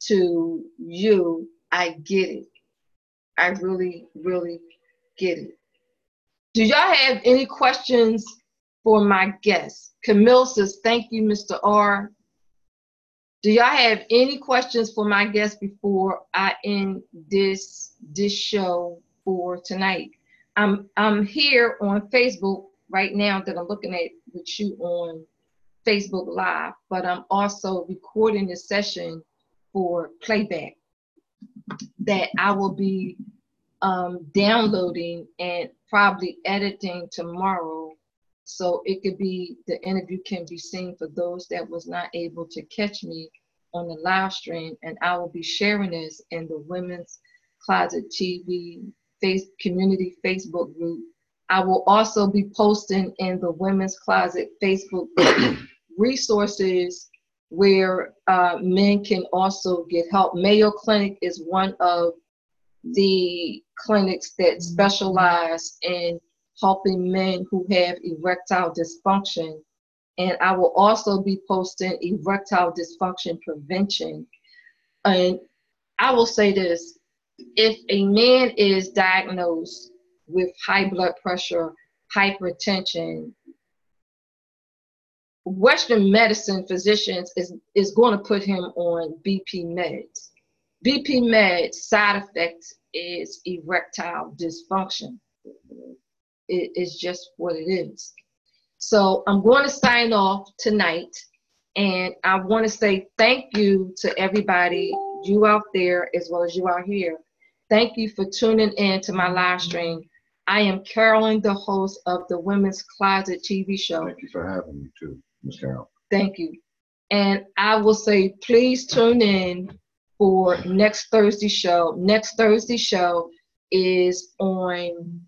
Speaker 1: to you, I get it. I really, really get it. Do y'all have any questions for my guests? Camille says, Thank you, Mr. R. Do y'all have any questions for my guests before I end this this show for tonight? I'm I'm here on Facebook right now that I'm looking at with you on Facebook Live, but I'm also recording this session for playback that I will be um, downloading and probably editing tomorrow so it could be the interview can be seen for those that was not able to catch me on the live stream and i will be sharing this in the women's closet tv face community facebook group i will also be posting in the women's closet facebook group resources where uh, men can also get help mayo clinic is one of the clinics that specialize in helping men who have erectile dysfunction. And I will also be posting erectile dysfunction prevention. And I will say this if a man is diagnosed with high blood pressure, hypertension, Western medicine physicians is, is going to put him on BP meds. BP med side effect is erectile dysfunction. It is just what it is. So I'm going to sign off tonight, and I want to say thank you to everybody, you out there as well as you out here. Thank you for tuning in to my live stream. I am Carolyn, the host of the Women's Closet TV show.
Speaker 2: Thank you for having me too, Ms. Carol.
Speaker 1: Thank you. And I will say, please tune in for next Thursday show. Next Thursday show is on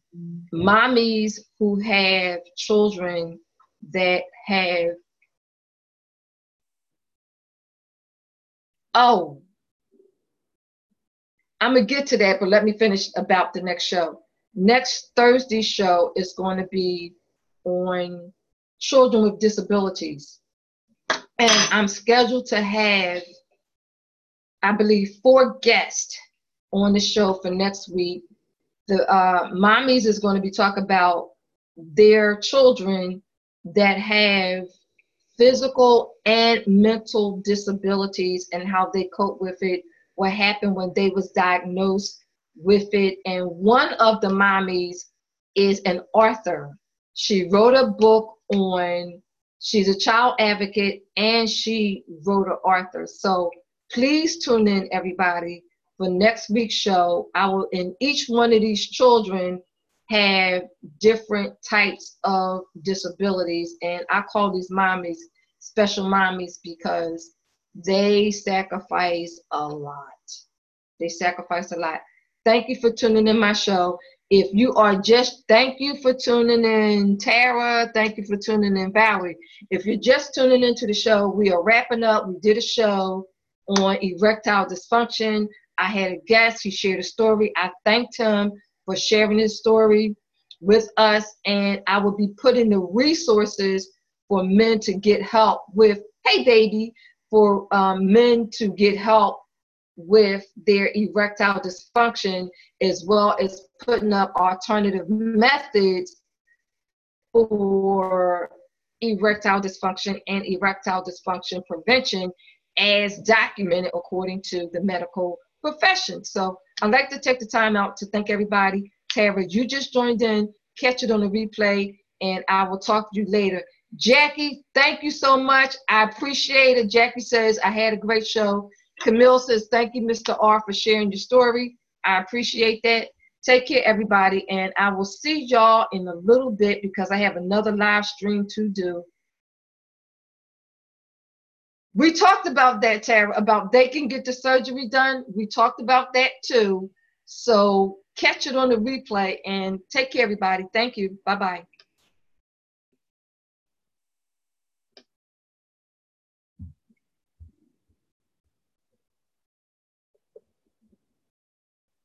Speaker 1: mommies who have children that have oh I'm gonna get to that, but let me finish about the next show. Next Thursday show is going to be on children with disabilities. And I'm scheduled to have I believe, four guests on the show for next week. The uh, mommies is going to be talking about their children that have physical and mental disabilities and how they cope with it. What happened when they was diagnosed with it? And one of the mommies is an author. She wrote a book on. She's a child advocate and she wrote an author. So please tune in everybody for next week's show i will in each one of these children have different types of disabilities and i call these mommies special mommies because they sacrifice a lot they sacrifice a lot thank you for tuning in my show if you are just thank you for tuning in tara thank you for tuning in valerie if you're just tuning into the show we are wrapping up we did a show on erectile dysfunction. I had a guest, he shared a story. I thanked him for sharing his story with us, and I will be putting the resources for men to get help with, hey, baby, for um, men to get help with their erectile dysfunction, as well as putting up alternative methods for erectile dysfunction and erectile dysfunction prevention as documented according to the medical profession. So I'd like to take the time out to thank everybody. Tara, you just joined in. Catch it on the replay, and I will talk to you later. Jackie, thank you so much. I appreciate it. Jackie says, I had a great show. Camille says, Thank you, Mr. R, for sharing your story. I appreciate that. Take care, everybody, and I will see y'all in a little bit because I have another live stream to do. We talked about that, Tara, about they can get the surgery done. We talked about that too. So catch it on the replay and take care, everybody. Thank you. Bye bye.